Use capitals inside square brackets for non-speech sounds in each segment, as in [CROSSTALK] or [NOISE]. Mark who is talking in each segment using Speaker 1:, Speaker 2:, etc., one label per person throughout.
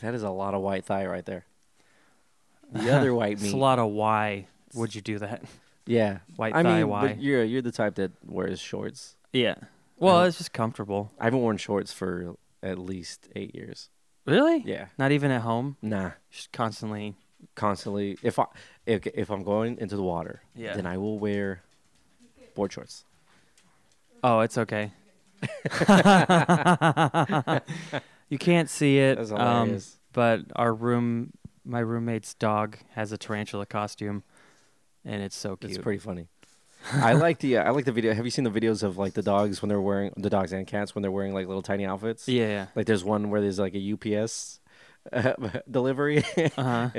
Speaker 1: That is a lot of white thigh right
Speaker 2: [LAUGHS]
Speaker 1: there. The other white
Speaker 2: It's
Speaker 1: meat.
Speaker 2: a lot of why would you do that?
Speaker 1: Yeah.
Speaker 2: White
Speaker 1: I
Speaker 2: thigh,
Speaker 1: mean,
Speaker 2: why?
Speaker 1: But you're you're the type that wears shorts.
Speaker 2: [LAUGHS] Yeah. Well,
Speaker 1: Um,
Speaker 2: it's just comfortable.
Speaker 1: I haven't worn shorts for at least eight years.
Speaker 2: Really?
Speaker 1: Yeah.
Speaker 2: Not even at home.
Speaker 1: Nah.
Speaker 2: Just constantly.
Speaker 1: Constantly. If I if if I'm going into the water,
Speaker 2: Yeah.
Speaker 1: then I will wear board shorts.
Speaker 2: Oh, it's okay. [LAUGHS] you can't see it.
Speaker 1: That's
Speaker 2: um,
Speaker 1: hilarious.
Speaker 2: but our room, my roommate's dog has a tarantula costume, and it's so cute.
Speaker 1: It's pretty
Speaker 2: [LAUGHS]
Speaker 1: funny. I like the uh, I like the video. Have you seen the videos of like the dogs when they're wearing the dogs and cats when they're wearing like little tiny outfits?
Speaker 2: Yeah. [LAUGHS] yeah.
Speaker 1: Like there's one where there's like a UPS uh, [LAUGHS] delivery.
Speaker 2: Uh-huh.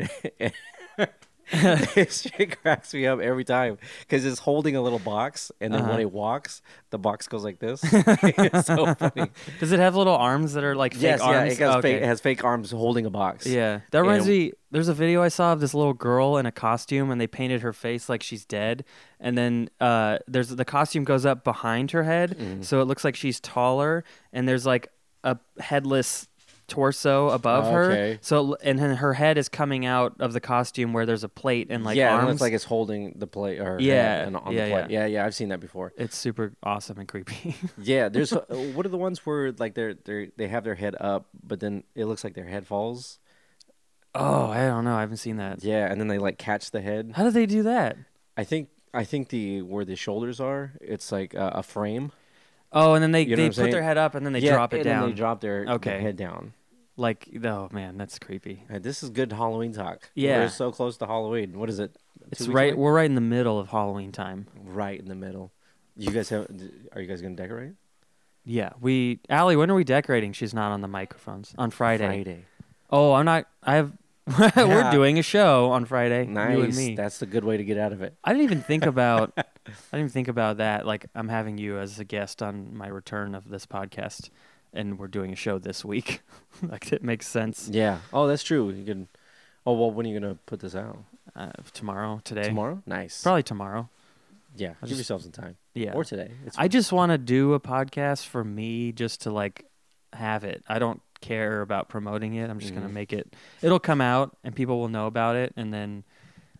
Speaker 1: [LAUGHS] this shit cracks me up every time because it's holding a little box, and then when
Speaker 2: Uh-huh.
Speaker 1: it walks, the box goes like this. it's so funny.
Speaker 2: Does it have little arms that are like fake
Speaker 1: yes, yeah,
Speaker 2: arms?
Speaker 1: it has,
Speaker 2: Oh,
Speaker 1: fake, it has fake arms holding a box.
Speaker 2: Yeah, that
Speaker 1: And-
Speaker 2: reminds me. There's a video I saw of this little girl in a costume, and they painted her face like she's dead, and then uh, there's the costume goes up behind her head,
Speaker 1: Mm.
Speaker 2: so it looks like she's taller, and there's like a headless torso above
Speaker 1: Okay.
Speaker 2: her. So it- and then her head is coming out of the costume where there's a plate and like
Speaker 1: yeah,
Speaker 2: arms.
Speaker 1: it looks like it's holding the plate or uh,
Speaker 2: Yeah,
Speaker 1: and on
Speaker 2: yeah,
Speaker 1: the
Speaker 2: yeah.
Speaker 1: plate. Yeah, yeah, I've seen that before.
Speaker 2: it's super awesome and
Speaker 1: [LAUGHS]
Speaker 2: creepy. [LAUGHS]
Speaker 1: Yeah, there's uh, what are the ones where like they're they they have their head up, but then it looks like their head falls.
Speaker 2: oh, I don't know. I haven't seen that.
Speaker 1: Yeah, and then they like catch the head.
Speaker 2: How do they do that?
Speaker 1: I think I think the where the shoulders are, it's like uh, a frame.
Speaker 2: Oh, and then they,
Speaker 1: You know what
Speaker 2: they
Speaker 1: I'm
Speaker 2: put
Speaker 1: saying?
Speaker 2: their head up and then they
Speaker 1: Yeah,
Speaker 2: drop it
Speaker 1: and
Speaker 2: down.
Speaker 1: Then they drop their, their
Speaker 2: Okay.
Speaker 1: head down.
Speaker 2: like, oh man, that's creepy.
Speaker 1: Uh, this is good Halloween talk.
Speaker 2: Yeah.
Speaker 1: we're so close to Halloween. What is it?
Speaker 2: It's
Speaker 1: Two weeks
Speaker 2: right.
Speaker 1: away?
Speaker 2: We're right in the middle of Halloween time.
Speaker 1: right in the middle. You guys have? Are you guys gonna decorate
Speaker 2: Yeah, we. Allie, when are we decorating? She's not on the microphones on Friday.
Speaker 1: Friday.
Speaker 2: Oh, I'm not. I have. [LAUGHS]
Speaker 1: Yeah.
Speaker 2: We're doing a show on Friday. You and
Speaker 1: Nice.
Speaker 2: me.
Speaker 1: That's the good way to get out of it.
Speaker 2: I didn't even
Speaker 1: [LAUGHS]
Speaker 2: think about. I didn't even think about that. Like I'm having you as a guest on my return of this podcast, and we're doing a show this week. [LAUGHS] like it makes sense.
Speaker 1: Yeah. Oh, that's true. You can. Oh well, when are you gonna put this out?
Speaker 2: Uh, tomorrow, today,
Speaker 1: Tomorrow? Nice.
Speaker 2: probably tomorrow.
Speaker 1: Yeah.
Speaker 2: I'll
Speaker 1: give
Speaker 2: just-
Speaker 1: yourself some time.
Speaker 2: Yeah.
Speaker 1: Or today. It's
Speaker 2: I just want to do a podcast for me just to like have it. I don't care about promoting it. I'm just going
Speaker 1: Mhm.
Speaker 2: to make it. It'll come out and people will know about it and then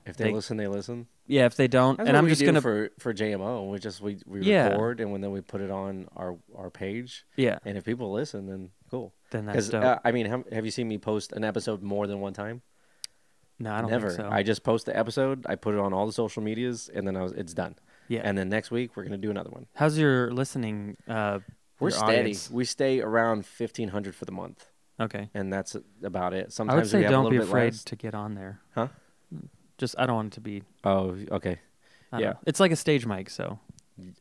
Speaker 1: if they,
Speaker 2: they-
Speaker 1: listen, they listen.
Speaker 2: yeah, if they don't
Speaker 1: That's
Speaker 2: and
Speaker 1: what
Speaker 2: I'm
Speaker 1: we
Speaker 2: just
Speaker 1: do
Speaker 2: going to
Speaker 1: for for JMO. We just we, we
Speaker 2: Yeah.
Speaker 1: record and when then we put it on our our page.
Speaker 2: yeah,
Speaker 1: And if people listen, then cool.
Speaker 2: then that's
Speaker 1: Because
Speaker 2: dope.
Speaker 1: uh, I mean, have, have you seen me post an episode more than one time?
Speaker 2: no, I don't
Speaker 1: Never.
Speaker 2: think so.
Speaker 1: I just post the episode. I put it on all the social medias, and then I was it's done.
Speaker 2: yeah.
Speaker 1: And then next week we're gonna do another one.
Speaker 2: How's your listening uh
Speaker 1: We're
Speaker 2: your
Speaker 1: steady.
Speaker 2: audience?
Speaker 1: We stay around fifteen hundred for the month,
Speaker 2: Okay.
Speaker 1: and that's about it.
Speaker 2: I
Speaker 1: Sometimes
Speaker 2: would
Speaker 1: we
Speaker 2: say
Speaker 1: have a
Speaker 2: don't be
Speaker 1: little bit
Speaker 2: afraid
Speaker 1: less.
Speaker 2: to get on there.
Speaker 1: Huh?
Speaker 2: Just I don't want it to be
Speaker 1: Oh, okay.
Speaker 2: I don't
Speaker 1: Yeah.
Speaker 2: know. It's like a stage mic, so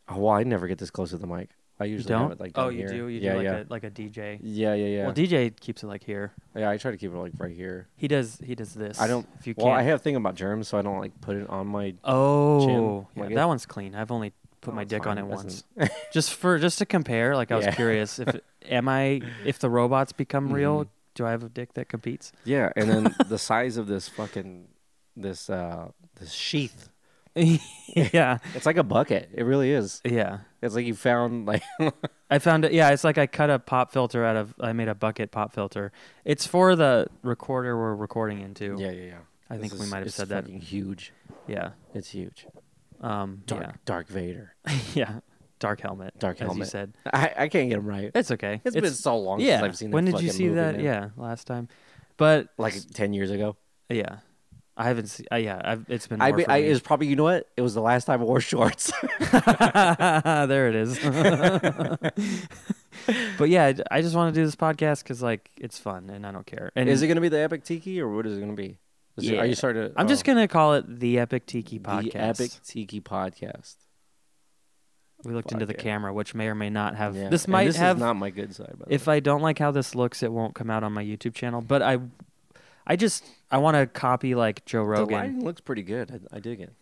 Speaker 1: Oh, well, I never get this close to the mic. I
Speaker 2: you
Speaker 1: usually have
Speaker 2: don't.
Speaker 1: it like
Speaker 2: oh,
Speaker 1: down
Speaker 2: you
Speaker 1: here.
Speaker 2: do. You
Speaker 1: yeah,
Speaker 2: do like
Speaker 1: yeah.
Speaker 2: a like a DJ.
Speaker 1: yeah, yeah, yeah.
Speaker 2: Well, DJ keeps it like here.
Speaker 1: yeah, I try to keep it like right here.
Speaker 2: He does. He does this.
Speaker 1: I don't.
Speaker 2: If you
Speaker 1: well,
Speaker 2: can't.
Speaker 1: I have a thing about germs, so I don't like put it on my.
Speaker 2: oh,
Speaker 1: Like
Speaker 2: yeah,
Speaker 1: it-
Speaker 2: that one's clean. I've only put
Speaker 1: Oh,
Speaker 2: my
Speaker 1: it's
Speaker 2: dick
Speaker 1: fine.
Speaker 2: on it
Speaker 1: That's
Speaker 2: once,
Speaker 1: [LAUGHS]
Speaker 2: [LAUGHS] just for just to compare. Like I was
Speaker 1: Yeah. [LAUGHS]
Speaker 2: curious if am I if the robots become
Speaker 1: Mm-hmm.
Speaker 2: real, do I have a dick
Speaker 1: [LAUGHS]
Speaker 2: that competes? [LAUGHS]
Speaker 1: Yeah, and then the size of this fucking this uh this sheath.
Speaker 2: yeah,
Speaker 1: It's like a bucket. It really is.
Speaker 2: yeah.
Speaker 1: It's like you found like [LAUGHS]
Speaker 2: I found it. Yeah, it's like I cut a pop filter out of. I made a bucket pop filter. It's for the recorder we're recording into.
Speaker 1: yeah, yeah, yeah.
Speaker 2: I
Speaker 1: This
Speaker 2: think we
Speaker 1: is-
Speaker 2: might have
Speaker 1: it's
Speaker 2: said that.
Speaker 1: fucking Huge.
Speaker 2: Yeah.
Speaker 1: It's huge.
Speaker 2: Um.
Speaker 1: Dark, Dark Vader.
Speaker 2: Yeah. [LAUGHS] yeah. Dark helmet.
Speaker 1: Dark
Speaker 2: As you
Speaker 1: helmet.
Speaker 2: said.
Speaker 1: [LAUGHS] I, I can't get him right.
Speaker 2: It's okay.
Speaker 1: it's been so long
Speaker 2: yeah.
Speaker 1: since I've seen.
Speaker 2: when
Speaker 1: that
Speaker 2: did you
Speaker 1: fucking
Speaker 2: see
Speaker 1: movie,
Speaker 2: that?
Speaker 1: man.
Speaker 2: Yeah, last time. But
Speaker 1: like ten years ago.
Speaker 2: Yeah, I haven't seen. Uh, yeah, I've, it's been.
Speaker 1: I,
Speaker 2: more
Speaker 1: be,
Speaker 2: for
Speaker 1: I
Speaker 2: me.
Speaker 1: it [LAUGHS] was probably you know what? It was the last time I wore [LAUGHS] shorts.
Speaker 2: [LAUGHS] there
Speaker 1: [LAUGHS]
Speaker 2: it is. but yeah, I I just want to do this podcast because like it's fun and I don't care. And
Speaker 1: is it going to be the epic tiki or what is it going to be? Is it- are
Speaker 2: Yeah.
Speaker 1: you starting? To,
Speaker 2: I'm just
Speaker 1: oh.
Speaker 2: gonna call it the Epic Tiki Podcast.
Speaker 1: The epic tiki podcast.
Speaker 2: we looked into the
Speaker 1: Podcast.
Speaker 2: camera, which may or may not have.
Speaker 1: Yeah.
Speaker 2: This
Speaker 1: And
Speaker 2: might
Speaker 1: this
Speaker 2: have.
Speaker 1: Is not my good side. By the
Speaker 2: if
Speaker 1: way.
Speaker 2: I don't like how this looks, it won't come out on my YouTube channel. But I, I just I want to copy like Joe
Speaker 1: the
Speaker 2: Rogan.
Speaker 1: lighting looks pretty good, I, I dig it.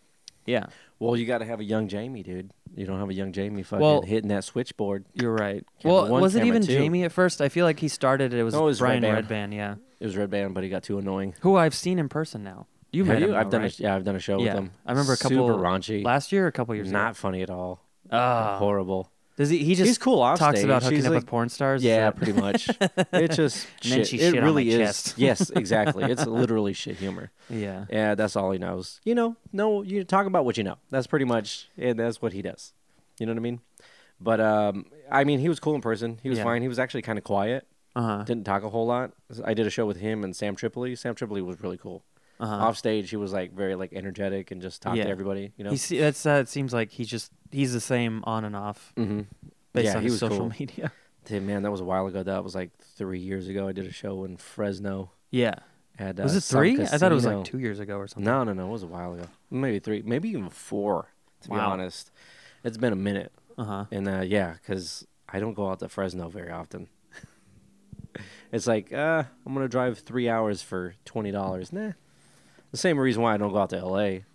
Speaker 2: Yeah,
Speaker 1: Well, you got to have a young Jamie, dude. You don't have a young Jamie fucking
Speaker 2: Well-
Speaker 1: hitting that switchboard.
Speaker 2: you're right.
Speaker 1: Camera
Speaker 2: well,
Speaker 1: one,
Speaker 2: was it
Speaker 1: camera
Speaker 2: even
Speaker 1: two.
Speaker 2: Jamie at first? I feel like he started it. It was,
Speaker 1: No, it was
Speaker 2: Brian
Speaker 1: Redband.
Speaker 2: Redband. Yeah.
Speaker 1: It was red band, but he got too annoying.
Speaker 2: who I've seen in person now. You
Speaker 1: have
Speaker 2: met
Speaker 1: you?
Speaker 2: him,
Speaker 1: I've
Speaker 2: though,
Speaker 1: done
Speaker 2: right?
Speaker 1: a, yeah, I've done a show
Speaker 2: yeah.
Speaker 1: with him.
Speaker 2: I remember a couple
Speaker 1: super raunchy.
Speaker 2: last year, or a couple years
Speaker 1: not funny at all.
Speaker 2: ago. Ah,
Speaker 1: horrible.
Speaker 2: Does he? He just
Speaker 1: He's cool off
Speaker 2: talks
Speaker 1: stage.
Speaker 2: about hooking
Speaker 1: He's
Speaker 2: up
Speaker 1: like-
Speaker 2: with porn stars. Is
Speaker 1: Yeah,
Speaker 2: that-
Speaker 1: pretty
Speaker 2: [LAUGHS]
Speaker 1: much. It just
Speaker 2: And
Speaker 1: shit.
Speaker 2: then she
Speaker 1: it
Speaker 2: shit on
Speaker 1: really
Speaker 2: my
Speaker 1: is.
Speaker 2: chest.
Speaker 1: [LAUGHS] yes, exactly.
Speaker 2: [LAUGHS]
Speaker 1: It's literally shit humor.
Speaker 2: yeah.
Speaker 1: Yeah, that's all he knows. You know, no, you talk about what you know. That's pretty much, and that's what he does. You know what I mean? But um, I mean, he was cool in person. He was
Speaker 2: Yeah.
Speaker 1: fine. He was actually kind of quiet.
Speaker 2: Uh huh.
Speaker 1: Didn't talk a whole lot. I did a show with him and Sam Tripoli. Sam Tripoli was really cool.
Speaker 2: Uh-huh.
Speaker 1: Off stage, he was like very like energetic and just talked
Speaker 2: Yeah.
Speaker 1: to everybody. You know,
Speaker 2: He se- that's uh, it seems like he just he's the same on and off
Speaker 1: mm-hmm.
Speaker 2: based
Speaker 1: yeah,
Speaker 2: on
Speaker 1: he
Speaker 2: his
Speaker 1: was
Speaker 2: social
Speaker 1: cool. [LAUGHS]
Speaker 2: media.
Speaker 1: Dude, man, that was a while ago. That was like three years ago. I did a show in Fresno.
Speaker 2: Yeah.
Speaker 1: At,
Speaker 2: Was
Speaker 1: uh,
Speaker 2: it
Speaker 1: some
Speaker 2: three? I thought it was
Speaker 1: casino.
Speaker 2: like two years ago or something.
Speaker 1: No, no, no. It was a while ago. Maybe three, maybe even four. To be
Speaker 2: Wow.
Speaker 1: honest, it's been a minute.
Speaker 2: Uh huh.
Speaker 1: And uh, yeah, because I don't go out to Fresno very often. [LAUGHS] it's like uh, I'm gonna drive three hours for twenty dollars. Nah. The same reason why I don't go out to L.A.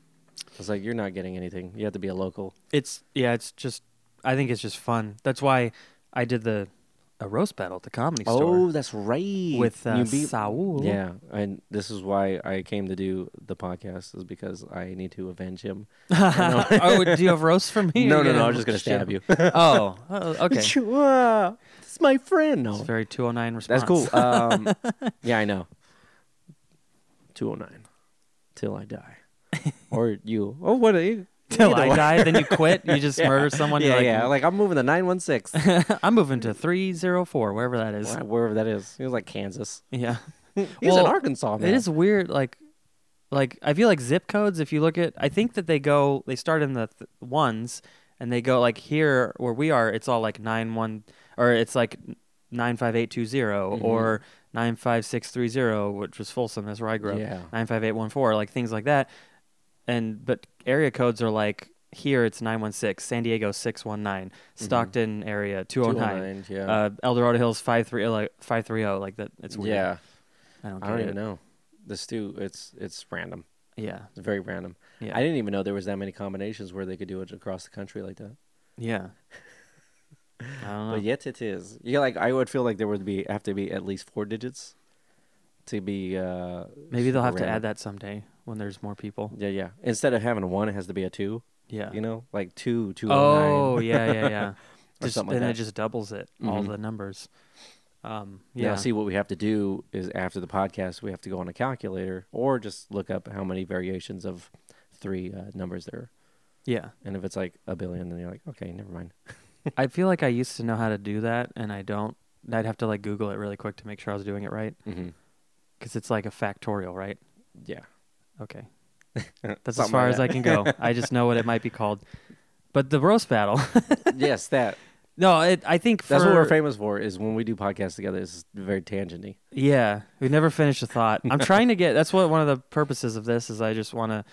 Speaker 1: It's like you're not getting anything. You have to be a local.
Speaker 2: It's yeah. It's just I think it's just fun. That's why I did the a roast battle at the comedy
Speaker 1: Oh,
Speaker 2: store.
Speaker 1: that's right.
Speaker 2: With, uh,
Speaker 1: You beat-
Speaker 2: Saul.
Speaker 1: Yeah, and this is why I came to do the podcast is because I need to avenge him.
Speaker 2: [LAUGHS] oh, do you have roast for me?
Speaker 1: no,
Speaker 2: You're
Speaker 1: no, no.
Speaker 2: gonna-
Speaker 1: I'm just gonna stab you. [LAUGHS]
Speaker 2: [LAUGHS] oh, oh, okay.
Speaker 1: You- ah, This is my friend. No,
Speaker 2: It's very 209 response.
Speaker 1: That's cool. Um, yeah, I know. 209. Till I
Speaker 2: [LAUGHS]
Speaker 1: die. Or you. Oh, what are you?
Speaker 2: [LAUGHS] Till
Speaker 1: either
Speaker 2: I
Speaker 1: way.
Speaker 2: die, then you quit.
Speaker 1: [LAUGHS]
Speaker 2: You just murder someone.
Speaker 1: Yeah,
Speaker 2: you're
Speaker 1: yeah. Like, I'm moving to 916.
Speaker 2: I'm moving to 304, wherever that [LAUGHS] is.
Speaker 1: Wh- Wherever that is. He was like Kansas. [LAUGHS]
Speaker 2: Yeah.
Speaker 1: He's in
Speaker 2: Well,
Speaker 1: Arkansas, man.
Speaker 2: It is weird. Like, like I feel like zip codes. If you look at, I think that they go, they start in the th- ones, and they go like here where we are. It's all like nine one, or it's like nine five eight two zero
Speaker 1: Mm-hmm.
Speaker 2: or nine five six three zero, which was Folsom. That's where I grew up.
Speaker 1: Yeah.
Speaker 2: Nine five eight one four, like things like that. And but area codes are like here it's nine one six, San Diego six one nine,
Speaker 1: Mm-hmm.
Speaker 2: Stockton area two oh nine.
Speaker 1: 209. Yeah.
Speaker 2: Uh, El Dorado Hills five three like five three zero like that. It's weird.
Speaker 1: yeah.
Speaker 2: I don't,
Speaker 1: I don't
Speaker 2: get
Speaker 1: even
Speaker 2: it.
Speaker 1: know. This too, it's it's random.
Speaker 2: Yeah,
Speaker 1: It's very random.
Speaker 2: Yeah.
Speaker 1: I didn't even know there was that many combinations where they could do it across the country like that.
Speaker 2: Yeah. [LAUGHS] I don't know.
Speaker 1: But yet it is. Yeah, like I would feel like there would be have to be at least four digits to be. uh
Speaker 2: Maybe they'll have to
Speaker 1: random.
Speaker 2: add that someday when there's more people.
Speaker 1: Yeah, yeah. Instead of having a one, it has to be a two.
Speaker 2: Yeah.
Speaker 1: You know, like two, two oh [LAUGHS]
Speaker 2: oh,
Speaker 1: nine.
Speaker 2: yeah, yeah, yeah. just,
Speaker 1: something like
Speaker 2: then
Speaker 1: that.
Speaker 2: it just doubles it, all
Speaker 1: Mhm.
Speaker 2: the numbers. Um,
Speaker 1: Yeah.
Speaker 2: yeah.
Speaker 1: Now, see what we have to do is after the podcast, we have to go on a calculator or just look up how many variations of three uh, numbers there. are.
Speaker 2: yeah.
Speaker 1: And if it's like a billion, then you're like, okay, never mind.
Speaker 2: I feel like I used to know how to do that, and I don't. I'd have to like Google it really quick to make sure I was doing it right,
Speaker 1: Mm-hmm.
Speaker 2: because it's like a factorial, right?
Speaker 1: Yeah. [LAUGHS]
Speaker 2: Okay. That's as
Speaker 1: Something
Speaker 2: far
Speaker 1: like
Speaker 2: as I can go. I just know what it might be called. But the roast battle. [LAUGHS]
Speaker 1: yes, that.
Speaker 2: no, it, I think
Speaker 1: That's
Speaker 2: for-
Speaker 1: what we're famous for is when we do podcasts together, it's very tangenty.
Speaker 2: Yeah, we never finished a thought.
Speaker 1: [LAUGHS]
Speaker 2: I'm trying to get. That's what one of the purposes of this is. I just want to,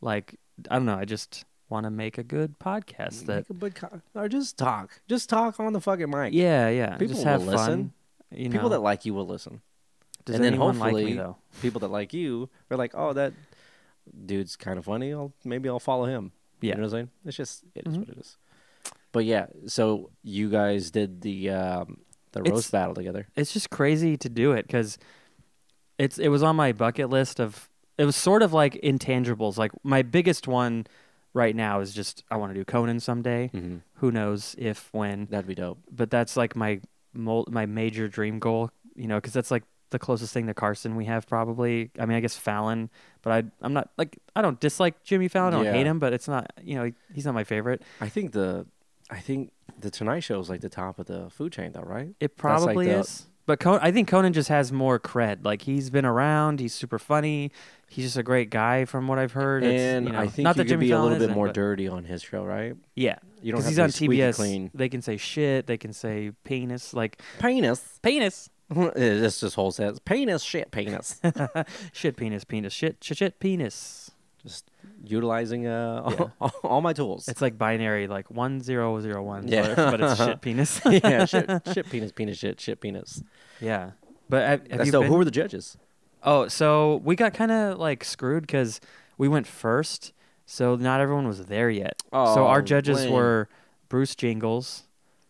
Speaker 2: like, I don't know. I just want to make a good podcast. That
Speaker 1: Make a big co- or just talk. Just talk on the fucking mic.
Speaker 2: yeah, yeah.
Speaker 1: People
Speaker 2: just have
Speaker 1: will
Speaker 2: fun.
Speaker 1: listen.
Speaker 2: You know,
Speaker 1: People that like you will listen.
Speaker 2: does
Speaker 1: and then
Speaker 2: anyone like
Speaker 1: hopefully-
Speaker 2: me though?
Speaker 1: [LAUGHS] People that like you are like, oh, that dude's kind of funny. I'll maybe I'll follow him.
Speaker 2: Yeah.
Speaker 1: You know what I'm saying? It's just it is
Speaker 2: Mhm.
Speaker 1: what it is. Mm-hmm. But yeah, so you guys did the um, the
Speaker 2: It's-
Speaker 1: roast battle together.
Speaker 2: It's just crazy to do it because it's it was on my bucket list of. It was sort of like intangibles. Like my biggest one right now is just I want to do Conan someday.
Speaker 1: Mm-hmm.
Speaker 2: Who knows if when?
Speaker 1: That'd be dope.
Speaker 2: but that's like my mol- my major dream goal, you know, because that's like the closest thing to Carson we have probably. I mean, I guess Fallon, but I I'm not like I don't dislike Jimmy Fallon. I don't
Speaker 1: Yeah.
Speaker 2: hate him, but it's not you know he, he's not my favorite.
Speaker 1: I think the I think the Tonight Show is like the top of the food chain, though, right? That's like
Speaker 2: It probably
Speaker 1: the-
Speaker 2: is. But Con- I think Conan just has more cred. Like he's been around. He's super funny. He's just a great guy, from what I've heard. It's,
Speaker 1: and
Speaker 2: you know,
Speaker 1: I think
Speaker 2: not
Speaker 1: you
Speaker 2: that
Speaker 1: could
Speaker 2: Jimmy
Speaker 1: be a
Speaker 2: Fallon
Speaker 1: little bit
Speaker 2: isn't,
Speaker 1: more
Speaker 2: but-
Speaker 1: dirty on his show, right?
Speaker 2: Yeah,
Speaker 1: You don't
Speaker 2: because
Speaker 1: have
Speaker 2: he's
Speaker 1: to
Speaker 2: on
Speaker 1: be squeaky
Speaker 2: TBS.
Speaker 1: clean.
Speaker 2: They can say shit. They can say penis. Like
Speaker 1: Penis.
Speaker 2: penis.
Speaker 1: [LAUGHS] this just whole sentence. Penis, shit, [LAUGHS] penis.
Speaker 2: shit, penis, penis, shit, shit, shit, penis.
Speaker 1: just utilizing uh, all, [LAUGHS] all my tools.
Speaker 2: It's like binary, like one zero zero one.
Speaker 1: Yeah.
Speaker 2: but, but it's
Speaker 1: [LAUGHS]
Speaker 2: shit penis. [LAUGHS]
Speaker 1: yeah, shit, shit, penis, penis, shit, shit, penis.
Speaker 2: yeah, but have, have
Speaker 1: That's
Speaker 2: you
Speaker 1: dope.
Speaker 2: been?
Speaker 1: Who were the judges?
Speaker 2: oh, so we got kind of like screwed because we went first, so not everyone was there yet. so
Speaker 1: Oh,
Speaker 2: our judges
Speaker 1: lame.
Speaker 2: were Bruce Jingles.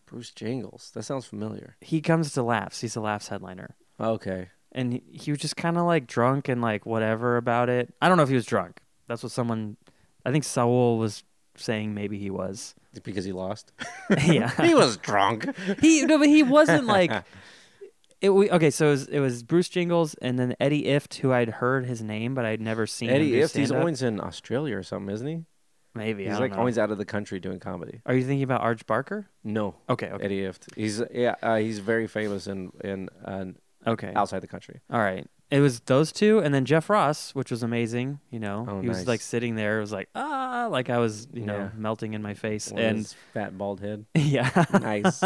Speaker 1: Bruce Jingles. That sounds familiar.
Speaker 2: He comes to laughs. He's the laughs headliner,
Speaker 1: Okay.
Speaker 2: and he, he was just kind of like drunk and like whatever about it. I don't know if he was drunk. That's what someone. I think Saul was saying maybe he was. [LAUGHS]
Speaker 1: because he lost. [LAUGHS] he
Speaker 2: yeah,
Speaker 1: was
Speaker 2: [LAUGHS]
Speaker 1: drunk.
Speaker 2: he no, but he wasn't like.
Speaker 1: [LAUGHS]
Speaker 2: It, we, okay, so it was, it was Bruce Jingles and then Eddie Ift, who I'd heard his name, but I'd never seen him
Speaker 1: Eddie
Speaker 2: do
Speaker 1: Ift, he's
Speaker 2: stand-up.
Speaker 1: always in Australia or something, isn't he?
Speaker 2: maybe I
Speaker 1: he's
Speaker 2: don't
Speaker 1: like
Speaker 2: know.
Speaker 1: always out of the country doing comedy.
Speaker 2: Are you thinking about Arch Barker?
Speaker 1: No,
Speaker 2: Okay, okay,
Speaker 1: Eddie Ift. He's yeah, uh, he's very famous in in uh,
Speaker 2: okay.
Speaker 1: outside the country.
Speaker 2: All right. It was those two, and then Jeff Ross, which was amazing. You know,
Speaker 1: Oh,
Speaker 2: he was
Speaker 1: nice.
Speaker 2: like sitting there. It was like ah, like I was, you know,
Speaker 1: Yeah.
Speaker 2: melting in my face,
Speaker 1: With
Speaker 2: and [LAUGHS]
Speaker 1: his fat bald head.
Speaker 2: yeah, [LAUGHS]
Speaker 1: Nice.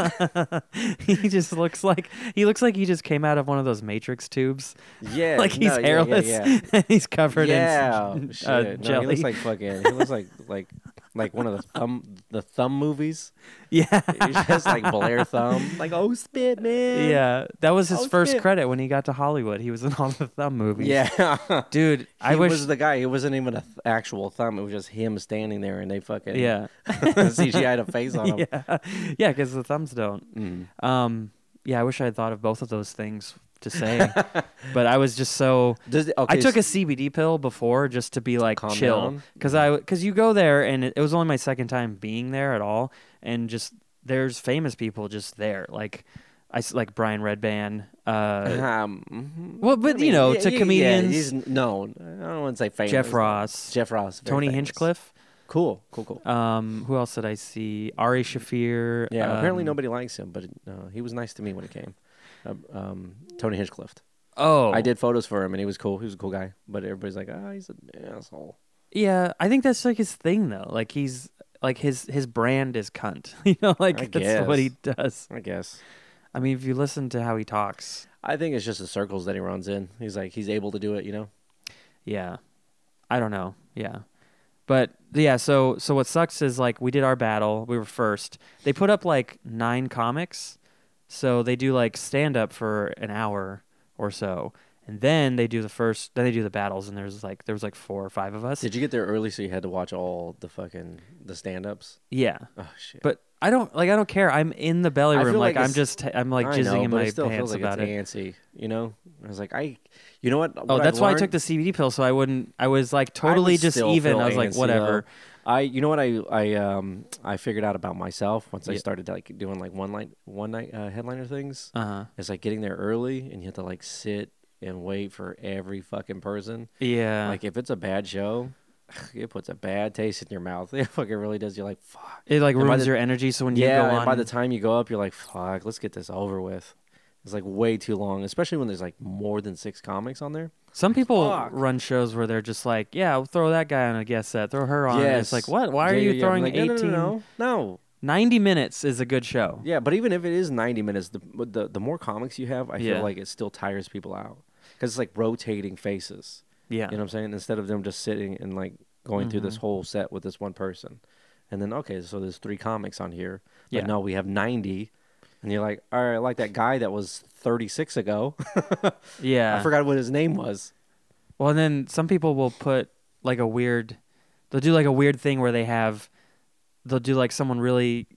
Speaker 2: he just looks like he looks like he just came out of one of those Matrix tubes.
Speaker 1: Yeah,
Speaker 2: [LAUGHS] like he's
Speaker 1: no, yeah,
Speaker 2: hairless
Speaker 1: Yeah,
Speaker 2: [LAUGHS]
Speaker 1: yeah.
Speaker 2: and he's covered [LAUGHS]
Speaker 1: Yeah, Oh,
Speaker 2: in s-
Speaker 1: shit.
Speaker 2: uh,
Speaker 1: No,
Speaker 2: jelly.
Speaker 1: he looks like fucking. He looks like like like one of the thumb the thumb movies. [LAUGHS]
Speaker 2: yeah,
Speaker 1: He's just like Blair Thumb. [LAUGHS] Like oh spit man.
Speaker 2: yeah. That was his
Speaker 1: Oh,
Speaker 2: first
Speaker 1: shit.
Speaker 2: credit when he got to Hollywood. He was in all the thumb movies.
Speaker 1: yeah.
Speaker 2: dude, [LAUGHS]
Speaker 1: [LAUGHS]
Speaker 2: I
Speaker 1: he
Speaker 2: wish.
Speaker 1: was the guy. It wasn't even an actual thumb. It was just him standing there, and they fucking [LAUGHS]
Speaker 2: yeah,
Speaker 1: CGI'd a face on him.
Speaker 2: yeah, [LAUGHS] yeah, because the thumbs don't.
Speaker 1: Mm.
Speaker 2: Um, yeah, I wish I had thought of both of those things
Speaker 1: [LAUGHS]
Speaker 2: to say, but I was just so.
Speaker 1: Does it-
Speaker 2: I
Speaker 1: okay,
Speaker 2: took a
Speaker 1: s-
Speaker 2: CBD pill before just to be like
Speaker 1: calm
Speaker 2: chill,
Speaker 1: down?
Speaker 2: because I because you go there and it, it was only my second time being there at all, and just there's famous people just there, like I s- like Brian Redband. Uh,
Speaker 1: Um, mhm.
Speaker 2: well, but
Speaker 1: I
Speaker 2: you
Speaker 1: mean,
Speaker 2: know,
Speaker 1: yeah,
Speaker 2: to
Speaker 1: yeah, yeah,
Speaker 2: comedians,
Speaker 1: he's known. I don't want to say famous.
Speaker 2: Jeff Ross,
Speaker 1: Jeff Ross. very
Speaker 2: Tony
Speaker 1: famous.
Speaker 2: Hinchcliffe.
Speaker 1: Cool, cool, cool.
Speaker 2: Um, who else did I see? Ari Shafir.
Speaker 1: Yeah, apparently
Speaker 2: um,
Speaker 1: nobody likes him, but uh, he was nice to me when he came. Uh, um, Tony Hinchcliffe.
Speaker 2: Oh,
Speaker 1: I did photos for him, and he was cool. He was a cool guy, but everybody's like, "Ah, he's an asshole."
Speaker 2: Yeah, I think that's like his thing though. Like he's like his his brand is cunt. [LAUGHS] You know, like
Speaker 1: I
Speaker 2: that's what he does.
Speaker 1: I guess.
Speaker 2: I mean, if you listen to how he talks,
Speaker 1: I think it's just the circles that he runs in. He's like, he's able to do it, you know.
Speaker 2: yeah. I don't know. Yeah. But yeah, so so what sucks is like we did our battle, we were first. They put up like 9 comics. So they do like stand up for an hour or so. And then they do the first then they do the battles and there's like there was like four or five of us.
Speaker 1: Did you get there early so you had to watch all the fucking the stand-ups?
Speaker 2: yeah.
Speaker 1: Oh shit!
Speaker 2: But I don't like. I don't care. I'm in the belly
Speaker 1: I
Speaker 2: room.
Speaker 1: feel
Speaker 2: Like,
Speaker 1: like
Speaker 2: I'm
Speaker 1: it's-
Speaker 2: just. I'm like
Speaker 1: I
Speaker 2: jizzing
Speaker 1: know,
Speaker 2: in
Speaker 1: but
Speaker 2: my
Speaker 1: it still
Speaker 2: pants
Speaker 1: feels like
Speaker 2: about
Speaker 1: it's
Speaker 2: it.
Speaker 1: antsy, you know. I was like, I, you know what?
Speaker 2: Oh, that's why I took the CBD pill, so I wouldn't. I was like totally
Speaker 1: would
Speaker 2: just
Speaker 1: still
Speaker 2: even.
Speaker 1: feel
Speaker 2: I was like,
Speaker 1: antsy,
Speaker 2: whatever.
Speaker 1: though. I you know what I I um I figured out about myself once I
Speaker 2: Yeah.
Speaker 1: started like doing like one night one night uh, headliner things.
Speaker 2: Uh huh.
Speaker 1: It's like getting there early and you have to like sit and wait for every fucking person.
Speaker 2: Yeah.
Speaker 1: Like if it's a bad show, it puts a bad taste in your mouth. [LAUGHS] It fucking really does. You're like fuck.
Speaker 2: it like
Speaker 1: and by
Speaker 2: ruins
Speaker 1: the-
Speaker 2: your energy. So when
Speaker 1: yeah,
Speaker 2: you go
Speaker 1: and
Speaker 2: on,
Speaker 1: by the time you go up, you're like fuck. Let's get this over with. It's like way too long, especially when there's like more than six comics on there.
Speaker 2: some people
Speaker 1: Fuck.
Speaker 2: run shows where they're just like, yeah, I'll throw that guy on a guest set, throw her on. And
Speaker 1: Yes.
Speaker 2: it's like, what? Why are
Speaker 1: Yeah,
Speaker 2: you
Speaker 1: yeah, yeah. I'm
Speaker 2: throwing
Speaker 1: like, no, no,
Speaker 2: 18?
Speaker 1: no, no, no.
Speaker 2: 90 minutes is a good show.
Speaker 1: Yeah, but even if it is 90 minutes, the the, the more comics you have, I
Speaker 2: Yeah.
Speaker 1: feel like it still tires people out because it's like rotating faces.
Speaker 2: Yeah. Mm-hmm.
Speaker 1: You know what I'm saying? Instead of them just sitting and like going through this whole set with this one person, and then okay, so there's three comics on here. But
Speaker 2: Yeah.
Speaker 1: no, we have 90, and you're like, all right, I like that guy that was 36 ago. [LAUGHS]
Speaker 2: yeah.
Speaker 1: I forgot what his name was.
Speaker 2: Well, and then some people will put like a weird, they'll do like a weird thing where they have, they'll do like someone really,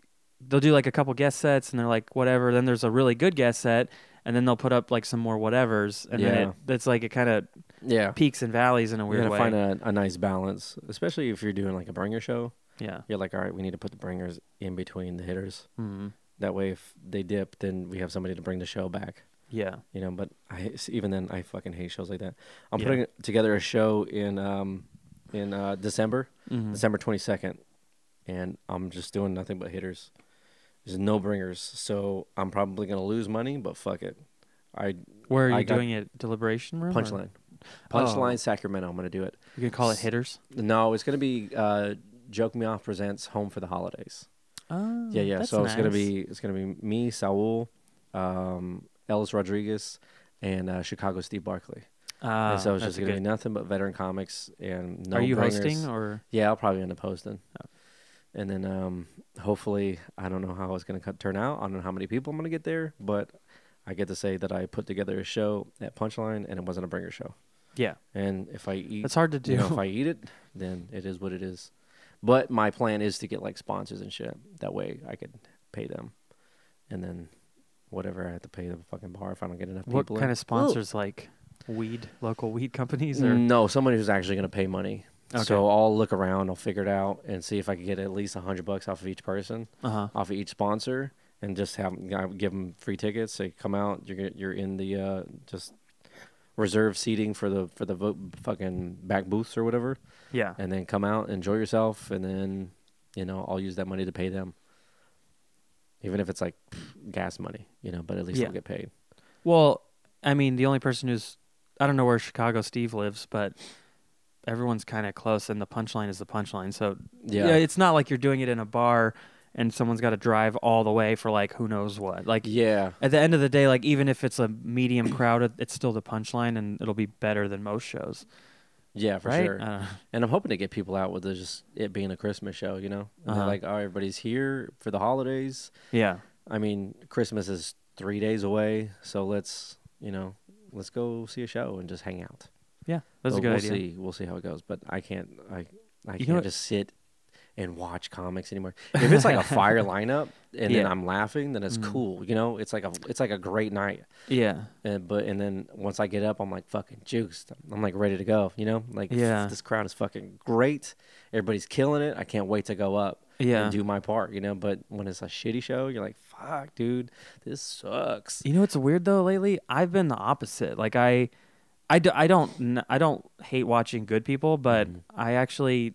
Speaker 2: they'll do like a couple guest sets and they're like whatever. Then there's a really good guest set, and then they'll put up like some more whatevers, and then
Speaker 1: Yeah.
Speaker 2: it, it's like it kind of
Speaker 1: Yeah,
Speaker 2: peaks and valleys in a
Speaker 1: we're
Speaker 2: weird
Speaker 1: gonna
Speaker 2: way.
Speaker 1: find a, a nice balance, especially if you're doing like a bringer show.
Speaker 2: yeah.
Speaker 1: You're like, all right, we need to put the bringers in between the hitters.
Speaker 2: hmm
Speaker 1: That way, if they dip, then we have somebody to bring the show back.
Speaker 2: Yeah.
Speaker 1: You know, but I even then I fucking hate shows like that. I'm
Speaker 2: Yeah.
Speaker 1: putting together a show in um in uh, December,
Speaker 2: Mhm.
Speaker 1: December 22nd, and I'm just doing nothing but hitters. There's no bringers, so I'm probably gonna lose money, but fuck it. I
Speaker 2: Where are you
Speaker 1: I got-
Speaker 2: doing it? Deliberation room? or-
Speaker 1: punchline,
Speaker 2: Oh.
Speaker 1: punchline Sacramento. I'm gonna do it.
Speaker 2: You can call it hitters.
Speaker 1: No, it's gonna be uh, Joke Me Off presents Home for the Holidays.
Speaker 2: Oh,
Speaker 1: Yeah, yeah.
Speaker 2: that's
Speaker 1: So it's gonna
Speaker 2: nice.
Speaker 1: be it's gonna be me, Saul, um, Ellis Rodriguez, and uh, Chicago Steve Barkley.
Speaker 2: Ah,
Speaker 1: and so it's
Speaker 2: that's
Speaker 1: just gonna be
Speaker 2: good.
Speaker 1: nothing but veteran comics and no
Speaker 2: are you
Speaker 1: bringers.
Speaker 2: hosting or? Oh.
Speaker 1: Yeah, I'll probably end up hosting. And then um, hopefully, I don't know how it's gonna cut, turn out. I don't know how many people I'm gonna get there, but I get to say that I put together a show at Punchline, and it wasn't a bringer show.
Speaker 2: Yeah,
Speaker 1: And if I eat,
Speaker 2: it's hard to do.
Speaker 1: you know, if I eat it, then it is what it is. But my plan is to get like sponsors and shit. That way I could pay them, and then whatever I have to pay the fucking bar if I don't get enough
Speaker 2: What
Speaker 1: people.
Speaker 2: kind
Speaker 1: in.
Speaker 2: of sponsors like weed, local weed companies or
Speaker 1: Mm. No, somebody who's actually going to pay money
Speaker 2: Okay.
Speaker 1: So I'll look around, I'll figure it out, and see if I can get at least hundred bucks off of each person,
Speaker 2: Uh-huh.
Speaker 1: off of each sponsor, and just have give them free tickets. They come out, you're gonna- you're in the uh, just reserve seating for the for the vo- fucking back booths or whatever,
Speaker 2: Yeah.
Speaker 1: and then come out, enjoy yourself, and then you know I'll use that money to pay them, even if it's like pff, gas money, you know. But at least
Speaker 2: Yeah.
Speaker 1: I'll get paid.
Speaker 2: Well, I mean, the only person who's I don't know where Chicago Steve lives, but everyone's kind of close, and the punchline is the punchline. So
Speaker 1: Yeah.
Speaker 2: it's not like you're doing it in a bar and someone's got to drive all the way for like who knows what. Like
Speaker 1: Yeah,
Speaker 2: at the end of the day, like even if it's a medium crowd, it- it's still the punchline, and it'll be better than most shows,
Speaker 1: yeah, for
Speaker 2: right?
Speaker 1: sure.
Speaker 2: I don't know.
Speaker 1: And I'm hoping to get people out with the, just it being a Christmas show, you know? And they're
Speaker 2: Uh-huh.
Speaker 1: like, oh, everybody's here for the holidays.
Speaker 2: yeah,
Speaker 1: I mean, Christmas is three days away, so let's, you know, let's go see a show and just hang out.
Speaker 2: yeah, that's a
Speaker 1: But
Speaker 2: good
Speaker 1: we'll
Speaker 2: idea.
Speaker 1: see. We'll see how it goes. But I can't, I, I
Speaker 2: You know
Speaker 1: can't
Speaker 2: what-
Speaker 1: just sit and watch comics anymore. If it's like a
Speaker 2: [LAUGHS]
Speaker 1: fire lineup and then
Speaker 2: Yeah. Mm.
Speaker 1: I'm laughing, then it's cool. You know, it's like a, it's like a great night.
Speaker 2: Yeah,
Speaker 1: And, Uh, but and then once I get up, I'm like fucking juiced. I'm like ready to go. You know, like
Speaker 2: Yeah.
Speaker 1: this crowd is fucking great. Everybody's killing it. I can't wait to go up
Speaker 2: Yeah.
Speaker 1: and do my part. You know, but when it's a shitty show, you're like, fuck, dude, this sucks.
Speaker 2: You know what's weird though lately? I've been the opposite. Like I I, do, I don't n- I don't hate watching good people, but
Speaker 1: Mm-hmm.
Speaker 2: I actually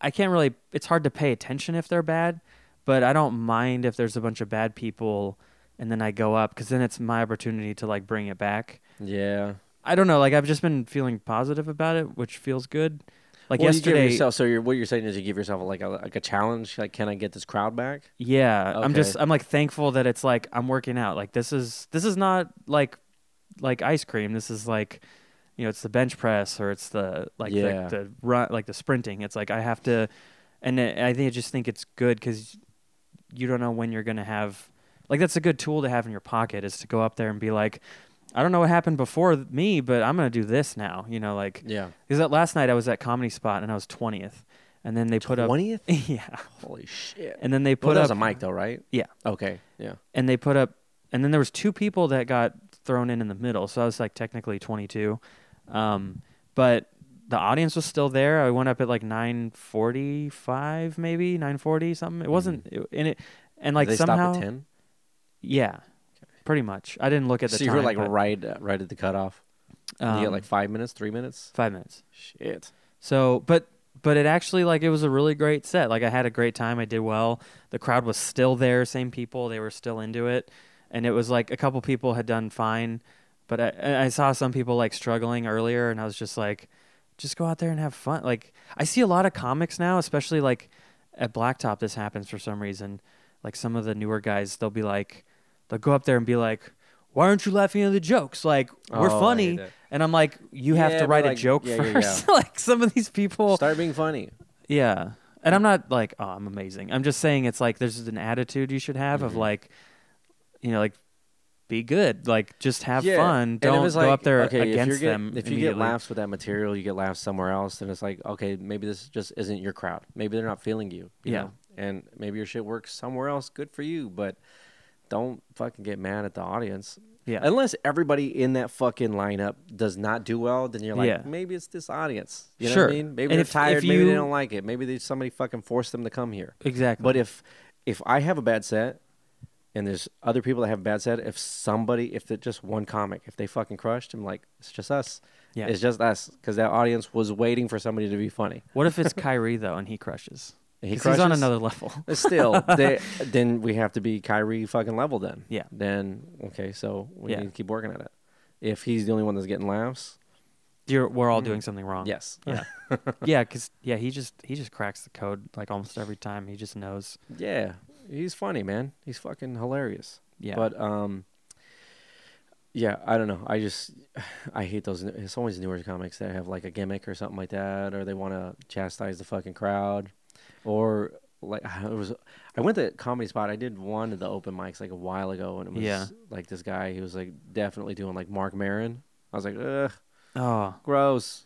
Speaker 2: I can't really it's hard to pay attention if they're bad, but I don't mind if there's a bunch of bad people and then I go up cuz then it's my opportunity to like bring it back.
Speaker 1: Yeah.
Speaker 2: I don't know, like I've just been feeling positive about it, which feels good. Like
Speaker 1: Well, you give
Speaker 2: yesterday
Speaker 1: yourself, so you're, what you're saying is you give yourself like a like a challenge. Like, can I get this crowd back?
Speaker 2: Yeah, I'm just
Speaker 1: Okay.
Speaker 2: I'm like thankful that it's like I'm working out. Like this is this is not like like ice cream. This is like you know it's the bench press or it's the like
Speaker 1: Yeah.
Speaker 2: the, the run like the sprinting. It's like I have to, and I I think I just think it's good because you don't know when you're gonna have like that's a good tool to have in your pocket is to go up there and be like. I don't know what happened before me, but I'm gonna do this now. You know, like
Speaker 1: Yeah.
Speaker 2: because that last night I was at Comedy Spot and I was 20th, and then they put up
Speaker 1: 20th?
Speaker 2: [LAUGHS] yeah,
Speaker 1: Holy shit.
Speaker 2: and then they put
Speaker 1: well, that was
Speaker 2: up
Speaker 1: a mic though, right?
Speaker 2: yeah,
Speaker 1: Okay. Yeah.
Speaker 2: and they put up and then there was two people that got thrown in in the middle so i was like technically 22 um, but the audience was still there i went up at like 945 maybe 940 something it wasn't it, and it and like
Speaker 1: Mm-hmm. Did they
Speaker 2: somehow
Speaker 1: stop at ten.
Speaker 2: yeah pretty much i didn't look at the
Speaker 1: So you
Speaker 2: time
Speaker 1: were like
Speaker 2: but,
Speaker 1: right uh, right at the cutoff. you
Speaker 2: um,
Speaker 1: got like five minutes, three minutes.
Speaker 2: five minutes
Speaker 1: Shit.
Speaker 2: So, but but it actually like it was a really great set. Like I had a great time. I did well. The crowd was still there, same people. They were still into it, and it was like a couple people had done fine, but I- I, I saw some people like struggling earlier, and I was just like, just go out there and have fun. Like I see a lot of comics now, especially like at Blacktop. This happens for some reason. Like some of the newer guys, they'll be like, they'll go up there and be like. Why aren't you laughing at the jokes? Like we're
Speaker 1: Oh, I hate
Speaker 2: funny,
Speaker 1: that.
Speaker 2: and I'm like, you have
Speaker 1: Yeah,
Speaker 2: to
Speaker 1: but
Speaker 2: write
Speaker 1: like-
Speaker 2: a joke
Speaker 1: yeah, yeah, yeah. [LAUGHS]
Speaker 2: first. like some of these people
Speaker 1: Start being funny.
Speaker 2: yeah and i'm not like oh i'm amazing i'm just saying it's like there's an attitude you should have
Speaker 1: Mm-hmm.
Speaker 2: of like you know like be good like just have fun
Speaker 1: And if
Speaker 2: don't
Speaker 1: it's
Speaker 2: go
Speaker 1: like,
Speaker 2: up there
Speaker 1: okay, if you're
Speaker 2: against
Speaker 1: get-
Speaker 2: them
Speaker 1: If you get
Speaker 2: immediately.
Speaker 1: laughs with that material, you get laughs somewhere else, then it's like, okay, maybe this just isn't your crowd. Maybe they're not feeling you. you
Speaker 2: Yeah.
Speaker 1: know? And maybe your shit works somewhere else. Good for you, but don't fucking get mad at the audience.
Speaker 2: Yeah.
Speaker 1: Unless everybody in that fucking lineup does not do well, then you're like,
Speaker 2: Yeah.
Speaker 1: maybe it's this audience. You know
Speaker 2: Sure.
Speaker 1: what I mean? Maybe
Speaker 2: And
Speaker 1: they're
Speaker 2: if- if
Speaker 1: tired. maybe
Speaker 2: you-
Speaker 1: they don't like it. Maybe they, somebody fucking forced them to come here.
Speaker 2: exactly
Speaker 1: But if if I have a bad set and there's other people that have a bad set, if somebody, if it just one comic, if they fucking crushed, I'm like, it's just us.
Speaker 2: Yeah.
Speaker 1: It's just us because that audience was waiting for somebody to be funny.
Speaker 2: [LAUGHS] what if it's kyrie though and he crushes
Speaker 1: He
Speaker 2: 'Cause he's on
Speaker 1: crushes?
Speaker 2: another level [LAUGHS]
Speaker 1: But Still, they, then we have to be Kyrie fucking level then.
Speaker 2: Yeah.
Speaker 1: Then, okay, so we
Speaker 2: Yeah.
Speaker 1: need to keep working at it. If he's the only one that's getting laughs,
Speaker 2: You're, we're
Speaker 1: Mm-hmm.
Speaker 2: all doing something wrong
Speaker 1: yes. [LAUGHS]
Speaker 2: yeah yeah because yeah he just he just cracks the code like almost every time he just knows
Speaker 1: Yeah, he's funny, man. He's fucking hilarious.
Speaker 2: Yeah.
Speaker 1: But um, yeah, I don't know. I just [SIGHS] I hate those. It's always newer comics that have like a gimmick or something like that, or they want to chastise the fucking crowd, or like [SIGHS] I was I went to Comedy Spot. I did one of the open mics like a while ago, and it was
Speaker 2: Yeah.
Speaker 1: like this guy. He was like definitely doing like Mark Maron. I was like, ugh,
Speaker 2: oh
Speaker 1: gross.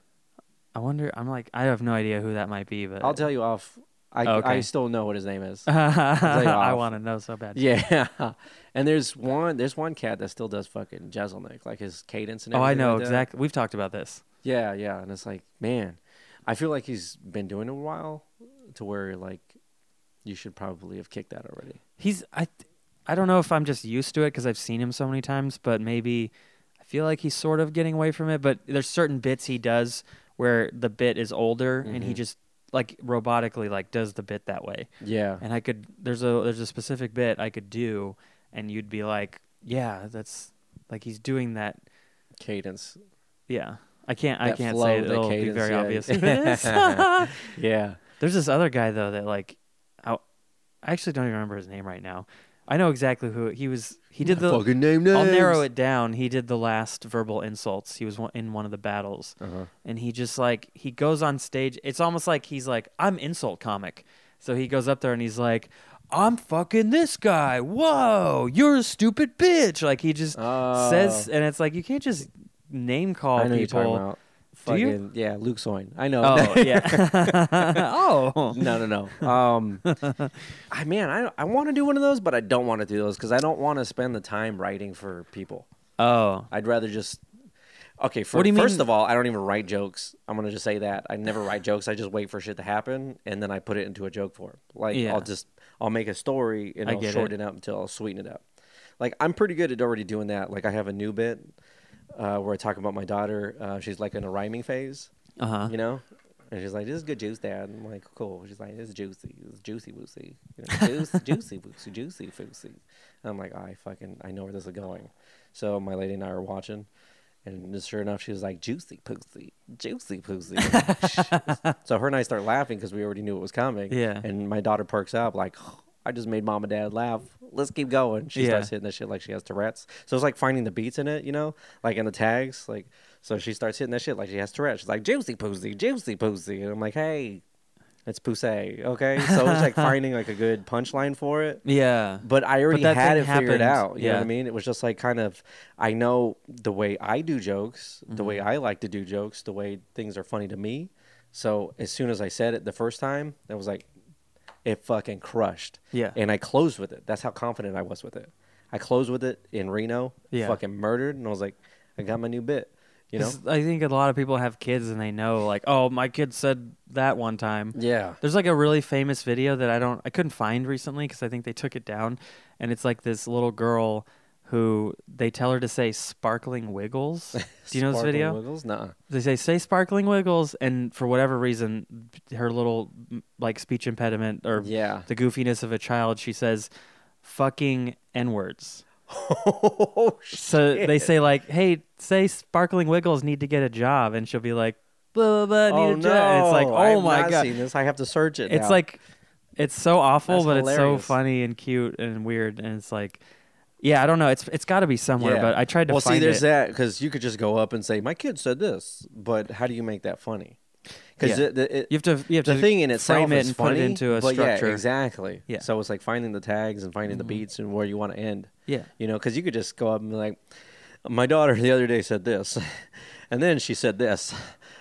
Speaker 2: i wonder i'm like i have no idea who that might be but
Speaker 1: I'll tell you off. I
Speaker 2: Uh, oh, Okay.
Speaker 1: I still know what his name
Speaker 2: [LAUGHS]
Speaker 1: is. you
Speaker 2: i
Speaker 1: off.
Speaker 2: want to know so
Speaker 1: [LAUGHS]
Speaker 2: bad
Speaker 1: Yeah, and there's one there's one cat that still does fucking Jezelnik, like his cadence and
Speaker 2: Oh,
Speaker 1: everything.
Speaker 2: I know
Speaker 1: like that.
Speaker 2: exactly. We've talked about this.
Speaker 1: Yeah, yeah, and it's like, man, I feel like he's been doing it a while to where like you should probably have kicked that already.
Speaker 2: He's I th- I don't know if I'm just used to it because I've seen him so many times, but maybe I feel like he's sort of getting away from it. But there's certain bits he does where the bit is older and he
Speaker 1: Mhm.
Speaker 2: just like robotically like does the bit that way.
Speaker 1: Yeah.
Speaker 2: And I could there's a there's a specific bit I could do and you'd be like, Yeah, that's like he's doing that
Speaker 1: Cadence.
Speaker 2: yeah. I can't I
Speaker 1: That
Speaker 2: can't
Speaker 1: flow,
Speaker 2: say it.
Speaker 1: that
Speaker 2: it'll be
Speaker 1: cadence,
Speaker 2: very
Speaker 1: yeah.
Speaker 2: obvious.
Speaker 1: [LAUGHS]
Speaker 2: It is. [LAUGHS]
Speaker 1: Yeah.
Speaker 2: There's this other guy though that like, I, I actually don't even remember his name right now. I know exactly who he was. He did the.
Speaker 1: fucking name
Speaker 2: I'll narrow it down. He did the last verbal insults. He was one, in one of the battles,
Speaker 1: Uh-huh.
Speaker 2: and he just like he goes on stage. It's almost like he's like, I'm insult comic. So he goes up there and he's like, I'm fucking this guy. Whoa, you're a stupid bitch. Like he just says, and it's like you can't just name
Speaker 1: Uh.
Speaker 2: call
Speaker 1: I know you're
Speaker 2: people.
Speaker 1: talking about.
Speaker 2: Do you?
Speaker 1: Fucking, yeah, Luke Soin. I know.
Speaker 2: Oh yeah. [LAUGHS] oh.
Speaker 1: [LAUGHS] no, no, no.
Speaker 2: [LAUGHS]
Speaker 1: Um, I man, I I want to do one of those, but I don't want to do those because I don't want to spend the time writing for people.
Speaker 2: Oh.
Speaker 1: I'd rather just. Okay, for,
Speaker 2: What do you
Speaker 1: first
Speaker 2: mean-
Speaker 1: of all, I don't even write jokes. I'm gonna just say that I never write jokes. I just wait for shit to happen and then I put it into a joke form. Like
Speaker 2: Yeah.
Speaker 1: I'll just I'll make a story and
Speaker 2: I
Speaker 1: I'll
Speaker 2: get
Speaker 1: shorten it. up until I'll sweeten it up. Like I'm pretty good at already doing that. Like I have a new bit uh, where I talk about my daughter. Uh, she's like in a rhyming phase,
Speaker 2: Uh huh.
Speaker 1: you know. And she's like, "This is good juice, Dad." And I'm like, "Cool." She's like, "This is juicy. This is juicy woosy. You know, juice, juicy woosy, juicy foosy." And I'm like, "I fucking I know where this is going." So my lady and I are watching, and just sure enough, she was like, "Juicy poosy, juicy poosy." [LAUGHS] so her and I start laughing because we already knew it was coming.
Speaker 2: Yeah.
Speaker 1: And my daughter perks up like. I just made mom and dad laugh. Let's keep going. She
Speaker 2: Yeah.
Speaker 1: starts hitting that shit like she has Tourette's. So it's like finding the beats in it, you know, like in the tags. Like, so she starts hitting that shit like she has Tourette's. She's like, juicy poosy, juicy poosy. And I'm like, hey, it's poussé. Okay. So it's
Speaker 2: [LAUGHS]
Speaker 1: like finding like a good punchline for it.
Speaker 2: Yeah.
Speaker 1: But I already
Speaker 2: that
Speaker 1: had
Speaker 2: thing
Speaker 1: it figured
Speaker 2: happened.
Speaker 1: out. You know what
Speaker 2: Yeah.
Speaker 1: I mean? It was just like kind of, I know the way I do jokes, the
Speaker 2: Mm-hmm.
Speaker 1: way I like to do jokes, the way things are funny to me. So as soon as I said it the first time, that was like, it fucking crushed.
Speaker 2: Yeah.
Speaker 1: And I closed with it. That's how confident I was with it. I closed with it in Reno,
Speaker 2: Yeah.
Speaker 1: fucking murdered. And I was like, I got my new bit. You know?
Speaker 2: It's- I think a lot of people have kids and they know like, oh, my kid said that one time.
Speaker 1: Yeah.
Speaker 2: There's like a really famous video that I don't, I couldn't find recently because I think they took it down, and it's like this little girl who they tell her to say
Speaker 1: [LAUGHS]
Speaker 2: sparkling wiggles. Do you know this
Speaker 1: Sparkling
Speaker 2: video?
Speaker 1: Wiggles?
Speaker 2: [LAUGHS]
Speaker 1: Nuh-uh.
Speaker 2: They say say sparkling wiggles, and for whatever reason, her little m- like speech impediment or
Speaker 1: Yeah.
Speaker 2: the goofiness of a child, she says, "fucking n words."
Speaker 1: oh, [LAUGHS]
Speaker 2: So
Speaker 1: shit.
Speaker 2: they say like, "Hey, say Sparkling Wiggles need to get a job," and she'll be like, "Blah blah blah, need
Speaker 1: oh,
Speaker 2: a
Speaker 1: no.
Speaker 2: job." And it's like,
Speaker 1: I
Speaker 2: "Oh
Speaker 1: have
Speaker 2: my
Speaker 1: not
Speaker 2: god!"
Speaker 1: Seen this. I have to search it.
Speaker 2: It's
Speaker 1: now.
Speaker 2: like, it's so awful,
Speaker 1: That's
Speaker 2: but it's
Speaker 1: hilarious.
Speaker 2: so funny and cute and weird, and it's like, yeah, I don't know. It's it's got to be somewhere,
Speaker 1: Yeah.
Speaker 2: but I tried to
Speaker 1: Well,
Speaker 2: find
Speaker 1: see, there's
Speaker 2: it.
Speaker 1: that because you could just go up and say, "My kid said this," but how do you make that funny? Because
Speaker 2: Yeah.
Speaker 1: it, it,
Speaker 2: You have to you have
Speaker 1: the
Speaker 2: to
Speaker 1: thing in itself
Speaker 2: frame it
Speaker 1: is
Speaker 2: and
Speaker 1: funny,
Speaker 2: put it into a
Speaker 1: but
Speaker 2: structure.
Speaker 1: Yeah, exactly.
Speaker 2: Yeah. Mm-hmm.
Speaker 1: So it's like finding the tags and finding the beats and where you want to end.
Speaker 2: Yeah.
Speaker 1: You know, because you could just go up and be like, "My daughter the other day said this," [LAUGHS] and then she said this,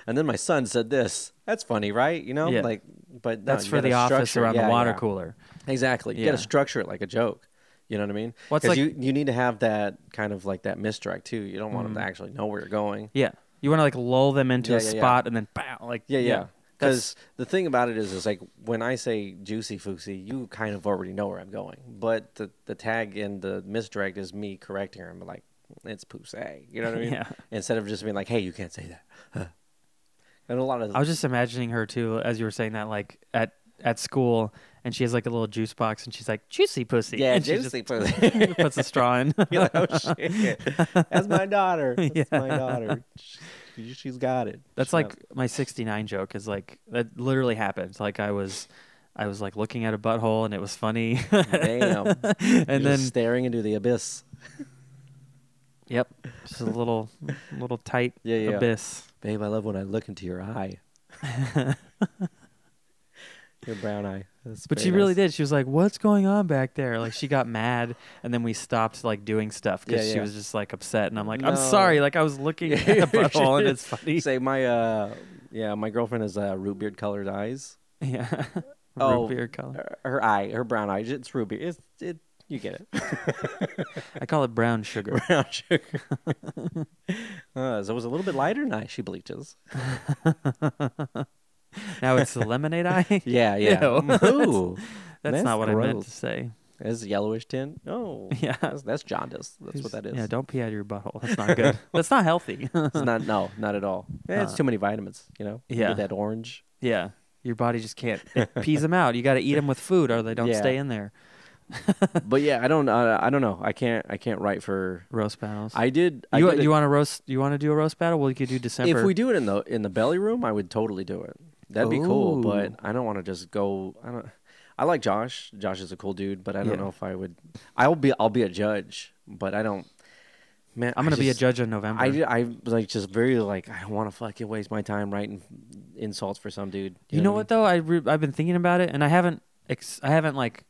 Speaker 1: and then my son said this. That's funny, right? You know,
Speaker 2: Yeah.
Speaker 1: like, but no,
Speaker 2: That's
Speaker 1: you
Speaker 2: for
Speaker 1: gotta
Speaker 2: the office
Speaker 1: structure it.
Speaker 2: around
Speaker 1: Yeah,
Speaker 2: the water
Speaker 1: yeah.
Speaker 2: cooler.
Speaker 1: Exactly. You got to
Speaker 2: Yeah.
Speaker 1: structure it like a joke. You know what I mean?
Speaker 2: Well, it's
Speaker 1: 'Cause
Speaker 2: like-
Speaker 1: you you need to have that kind of like that misdirect too. You don't want them to
Speaker 2: Mm-hmm.
Speaker 1: actually know where you're going.
Speaker 2: Yeah, you want to like lull them into
Speaker 1: Yeah,
Speaker 2: a
Speaker 1: yeah, yeah.
Speaker 2: spot and then pow, like
Speaker 1: Yeah, yeah.
Speaker 2: That's-
Speaker 1: Because the thing about it is, is like when I say juicy foosy, you kind of already know where I'm going. But the the tag and the misdirect is me correcting her. I'm like, it's poussé. You know what I mean?
Speaker 2: [LAUGHS] Yeah.
Speaker 1: Instead of just being like, hey, you can't say that. [LAUGHS] Huh. And a lot of
Speaker 2: I was just imagining her too as you were saying that, like at at school, and she has like a little juice box, and she's like juicy pussy.
Speaker 1: yeah,
Speaker 2: and she [LAUGHS]
Speaker 1: juicy foosy. [LAUGHS]
Speaker 2: Just puts a straw in.
Speaker 1: You're like, oh shit, that's my
Speaker 2: [LAUGHS]
Speaker 1: daughter. That's
Speaker 2: Yeah.
Speaker 1: my daughter. She, she's got it.
Speaker 2: [LAUGHS] That's
Speaker 1: She
Speaker 2: like
Speaker 1: knows.
Speaker 2: my '69 joke is like that literally happened. Like I was, I was like looking at a butthole, and it was
Speaker 1: [LAUGHS]
Speaker 2: funny. [LAUGHS]
Speaker 1: damn.
Speaker 2: and
Speaker 1: You're
Speaker 2: then
Speaker 1: just staring into the abyss.
Speaker 2: yep, just a little little tight
Speaker 1: [LAUGHS] Yeah, yeah.
Speaker 2: abyss.
Speaker 1: Babe, I love when I look into your
Speaker 2: [LAUGHS]
Speaker 1: eye. your brown eye. That's
Speaker 2: But
Speaker 1: very
Speaker 2: she really
Speaker 1: nice.
Speaker 2: did. She was like, "What's going on back there?" Like she got mad, and then we stopped like doing stuff because
Speaker 1: Yeah,
Speaker 2: she
Speaker 1: yeah.
Speaker 2: was just like upset. And I'm like, "I'm
Speaker 1: No.
Speaker 2: sorry." Like I
Speaker 1: [LAUGHS]
Speaker 2: was looking at
Speaker 1: Yeah,
Speaker 2: the butthole, and it's
Speaker 1: [LAUGHS] she-
Speaker 2: funny.
Speaker 1: Say my uh yeah, my girlfriend has uh, root beard colored eyes.
Speaker 2: [LAUGHS] Yeah.
Speaker 1: Oh.
Speaker 2: Root beer color.
Speaker 1: Her, her eye, her brown eye, it's ruby. It's it you get it. [LAUGHS] Uh,
Speaker 2: I call it brown sugar.
Speaker 1: brown
Speaker 2: [LAUGHS]
Speaker 1: sugar. uh, so it was a little bit lighter than I she bleaches.
Speaker 2: now it's the
Speaker 1: [LAUGHS]
Speaker 2: lemonade eye.
Speaker 1: Yeah, yeah.
Speaker 2: [LAUGHS] Ew.
Speaker 1: Mm, Ooh,
Speaker 2: That's, not what I meant to
Speaker 1: gross.
Speaker 2: say.
Speaker 1: It's yellowish tint. Oh,
Speaker 2: [LAUGHS] Yeah.
Speaker 1: That's, that's jaundice. That's what that is. [LAUGHS]
Speaker 2: Yeah, don't pee out of your butthole. That's not good. That's not healthy. [LAUGHS]
Speaker 1: It's not. No, not at all. Eh, it's
Speaker 2: Uh,
Speaker 1: too many vitamins. You know. You get
Speaker 2: yeah.
Speaker 1: that
Speaker 2: [LAUGHS]
Speaker 1: orange.
Speaker 2: yeah, your body just can't
Speaker 1: [LAUGHS]
Speaker 2: it pees them out. You got to eat them with food, or they don't
Speaker 1: Yeah.
Speaker 2: stay in there.
Speaker 1: but yeah, I don't. Uh, I don't know. I can't. I can't write for.
Speaker 2: Roast battles.
Speaker 1: I did. I
Speaker 2: you
Speaker 1: did
Speaker 2: you
Speaker 1: it-
Speaker 2: want to roast? You want to do a roast battle? Well, you could do December.
Speaker 1: If we do it in the in the belly room, I would totally do it. That'd be cool. But
Speaker 2: Ooh.
Speaker 1: I don't want to just go. I don't. I like Josh. Josh is a cool dude, but I don't
Speaker 2: Yeah.
Speaker 1: know if I would. I'll be. I'll be a judge, but I don't. Man,
Speaker 2: I'm gonna
Speaker 1: I
Speaker 2: be a
Speaker 1: just-
Speaker 2: judge in November.
Speaker 1: I, I was, like just very like I don't want to fucking waste my time writing insults for some dude.
Speaker 2: You know what though? I re- I've been thinking about it, and I haven't ex- I haven't like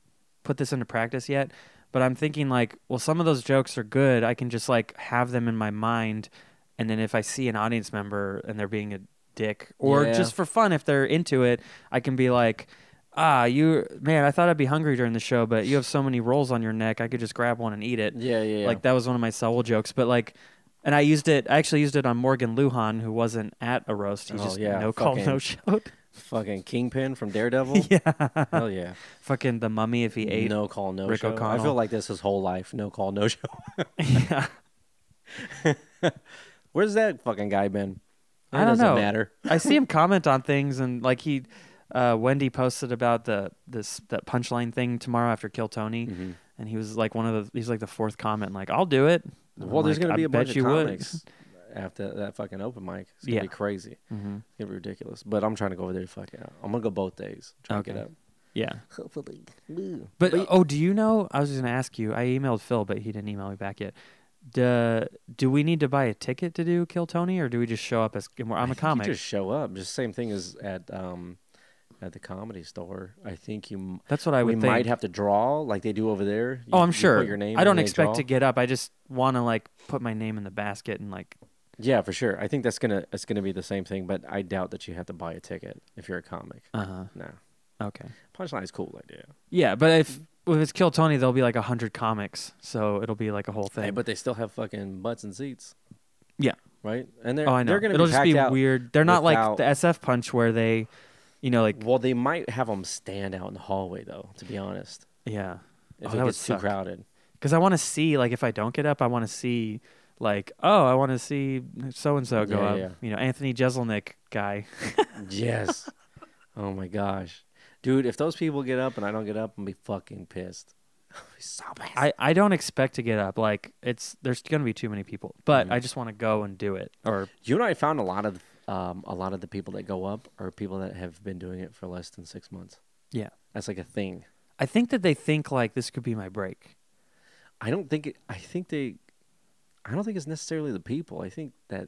Speaker 2: put this into practice yet. But I'm thinking like, well, some of those jokes are good. I can just like have them in my mind, and then if I see an audience member and they're being a dick, or
Speaker 1: Yeah.
Speaker 2: just for fun, if they're into it, I can be like, ah, you man, I thought I'd be hungry during the show, but you have so many rolls on your neck, I could just grab one and eat it.
Speaker 1: Yeah, yeah, yeah.
Speaker 2: Like that was one of my soul jokes, but like. And I used it. I actually used it on Morgan Lujan, who wasn't at a roast. He
Speaker 1: Oh,
Speaker 2: just
Speaker 1: yeah,
Speaker 2: no call,
Speaker 1: fucking-
Speaker 2: no [LAUGHS] showed.
Speaker 1: fucking Kingpin from Daredevil.
Speaker 2: [LAUGHS] yeah,
Speaker 1: Hell yeah.
Speaker 2: fucking the mummy if he ate.
Speaker 1: No call, no
Speaker 2: Rick
Speaker 1: show. I
Speaker 2: O'Connell.
Speaker 1: feel like this his whole life. No call, no
Speaker 2: [LAUGHS]
Speaker 1: show.
Speaker 2: yeah.
Speaker 1: Where's that fucking guy been? It
Speaker 2: I don't
Speaker 1: doesn't
Speaker 2: know.
Speaker 1: matter.
Speaker 2: I see him comment on things and like he uh, Wendy posted about the this that punchline thing tomorrow after Kill Tony
Speaker 1: Mm-hmm.
Speaker 2: and he was like one of the he's like the fourth comment like I'll do it. And
Speaker 1: Well,
Speaker 2: I'm
Speaker 1: there's
Speaker 2: like,
Speaker 1: gonna
Speaker 2: "I
Speaker 1: be a
Speaker 2: bet
Speaker 1: bunch
Speaker 2: you
Speaker 1: of
Speaker 2: would."
Speaker 1: comics after that fucking open mic. It's gonna
Speaker 2: Yeah.
Speaker 1: be crazy.
Speaker 2: Mhm.
Speaker 1: It's gonna be ridiculous. But I'm trying to go over there. To fucking, I'm gonna go both days. Try to
Speaker 2: Okay.
Speaker 1: get up.
Speaker 2: Yeah.
Speaker 1: Hopefully. Woo.
Speaker 2: But, oh, do you know I was just going to ask you. I emailed Phil but he didn't email me back yet. Do, do we need to buy a ticket to do Kill Tony or do we just show up as I'm a
Speaker 1: think
Speaker 2: comic?
Speaker 1: You just show up. Just same thing as at um at the comedy store. I think you. m-
Speaker 2: That's what I
Speaker 1: we
Speaker 2: would think.
Speaker 1: might have to draw like they do over there. You-
Speaker 2: Oh, I'm
Speaker 1: you
Speaker 2: sure.
Speaker 1: Put your name.
Speaker 2: I
Speaker 1: in
Speaker 2: don't
Speaker 1: and they
Speaker 2: expect
Speaker 1: draw.
Speaker 2: to get up. I just want to like put my name in the basket and like.
Speaker 1: Yeah, for sure. I think that's gonna it's gonna be the same thing, but I doubt that you have to buy a ticket if you're a comic.
Speaker 2: Uh huh.
Speaker 1: No,
Speaker 2: Okay.
Speaker 1: punchline's cool idea.
Speaker 2: Yeah, but if if it's Kill Tony, there'll be like a hundred comics, so it'll be like a whole thing.
Speaker 1: Hey, but they still have fucking butts and seats,
Speaker 2: yeah.
Speaker 1: right? And they're
Speaker 2: Oh, I know.
Speaker 1: they're gonna
Speaker 2: it'll
Speaker 1: be
Speaker 2: just
Speaker 1: packed
Speaker 2: be
Speaker 1: out.
Speaker 2: weird. They're not
Speaker 1: without-
Speaker 2: like the SF Punch where they, you know, like
Speaker 1: Well, they might have them stand out in the hallway though. To be honest,
Speaker 2: yeah.
Speaker 1: if
Speaker 2: oh,
Speaker 1: it
Speaker 2: that
Speaker 1: gets
Speaker 2: was
Speaker 1: too crowded.
Speaker 2: Because I want to see like if I don't get up, I want to see like oh I want to see so and so go
Speaker 1: Yeah,
Speaker 2: up.
Speaker 1: yeah.
Speaker 2: You know, Anthony Jeselnik guy. [LAUGHS]
Speaker 1: Yes. oh my gosh, dude! If those people get up and I don't get up, I'm gonna be fucking
Speaker 2: [LAUGHS]
Speaker 1: pissed. I'll be so pissed.
Speaker 2: I, I don't expect to get up. Like it's there's gonna be too many people, but
Speaker 1: Mm-hmm.
Speaker 2: I just want to go and do it. Or
Speaker 1: You know, what I found a lot of um, a lot of the people that go up are people that have been doing it for less than six months.
Speaker 2: yeah,
Speaker 1: That's like a thing.
Speaker 2: I think that they think like this could be my break.
Speaker 1: I don't think it, I think they. I don't think it's necessarily the people. I think that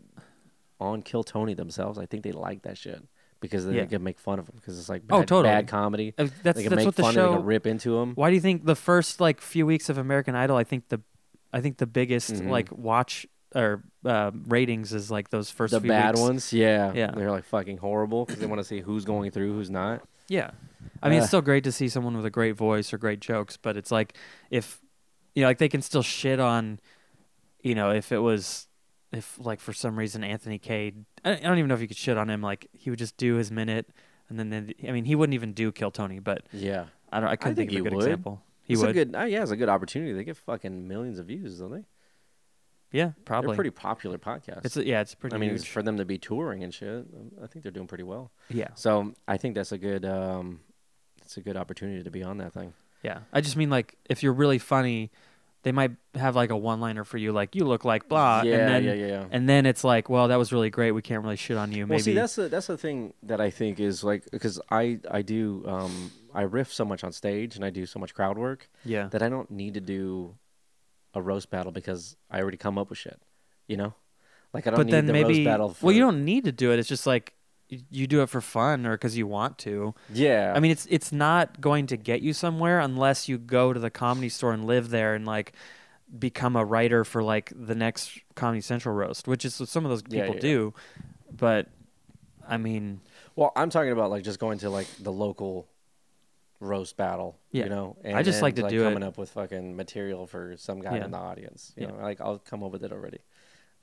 Speaker 1: on Kill Tony themselves, I think they like that shit because they
Speaker 2: Yeah.
Speaker 1: can make fun of them because it's like bad,
Speaker 2: Oh, totally.
Speaker 1: bad comedy.
Speaker 2: Uh, That's
Speaker 1: they can
Speaker 2: that's
Speaker 1: make
Speaker 2: what the
Speaker 1: fun of
Speaker 2: show.
Speaker 1: them, they can rip into them.
Speaker 2: Why do you think the first like few weeks of American Idol? I think the I think the biggest
Speaker 1: Mhm.
Speaker 2: like watch or uh, ratings is like those first
Speaker 1: The
Speaker 2: few
Speaker 1: bad
Speaker 2: weeks.
Speaker 1: ones, yeah,
Speaker 2: Yeah.
Speaker 1: they're like fucking horrible because they want to see who's going through, who's not.
Speaker 2: Yeah. I mean,
Speaker 1: Uh.
Speaker 2: it's still great to see someone with a great voice or great jokes, but it's like if you know, like they can still shit on, you know, if it was if like for some reason Anthony Cade, I I don't even know if you could shit on him. Like he would just do his minute, and then then I mean he wouldn't even do Kill Tony, but
Speaker 1: Yeah,
Speaker 2: I don't. I couldn't
Speaker 1: think
Speaker 2: think, of
Speaker 1: he
Speaker 2: a good
Speaker 1: would.
Speaker 2: example. He
Speaker 1: it's
Speaker 2: would.
Speaker 1: a good, uh, yeah, it's a good opportunity. They get fucking millions of views, don't they?
Speaker 2: yeah,
Speaker 1: They're
Speaker 2: probably.
Speaker 1: pretty popular podcasts.
Speaker 2: it's a- yeah, it's pretty.
Speaker 1: I mean,
Speaker 2: huge.
Speaker 1: it's for them to be touring and shit, um, I think they're doing pretty well.
Speaker 2: yeah,
Speaker 1: So I think that's a good, um, it's a good opportunity to be on that thing.
Speaker 2: yeah. I just mean like if you're really funny, they might have like a one-liner for you, like you look like blah,
Speaker 1: yeah,
Speaker 2: Uh, and then
Speaker 1: yeah, yeah, yeah.
Speaker 2: and then it's like, well, that was really great. We can't really shit on you. Maybe
Speaker 1: Oh. Well, see, that's the that's the thing that I think is like because I I do um, I riff so much on stage and I do so much crowd work
Speaker 2: yeah.
Speaker 1: that I don't need to do a roast battle because I already come up with shit, you know. Like I don't
Speaker 2: but
Speaker 1: need
Speaker 2: then
Speaker 1: the
Speaker 2: maybe
Speaker 1: roast battle. For,
Speaker 2: well you don't need to do it it's just like y- you do it for fun or because you want to
Speaker 1: Yeah,
Speaker 2: i mean it's it's not going to get you somewhere unless you go to the comedy store and live there and like become a writer for like the next comedy central roast which is what some of those people
Speaker 1: Yeah, yeah, yeah.
Speaker 2: do but i mean
Speaker 1: [LAUGHS] Well, I'm talking about like just going to like the local roast battle.
Speaker 2: Yeah.
Speaker 1: You know,
Speaker 2: I just
Speaker 1: then,
Speaker 2: like to do it-
Speaker 1: coming up with fucking material for some guy
Speaker 2: Yeah.
Speaker 1: in the audience. You
Speaker 2: Yeah.
Speaker 1: know, like I'll come up with it already.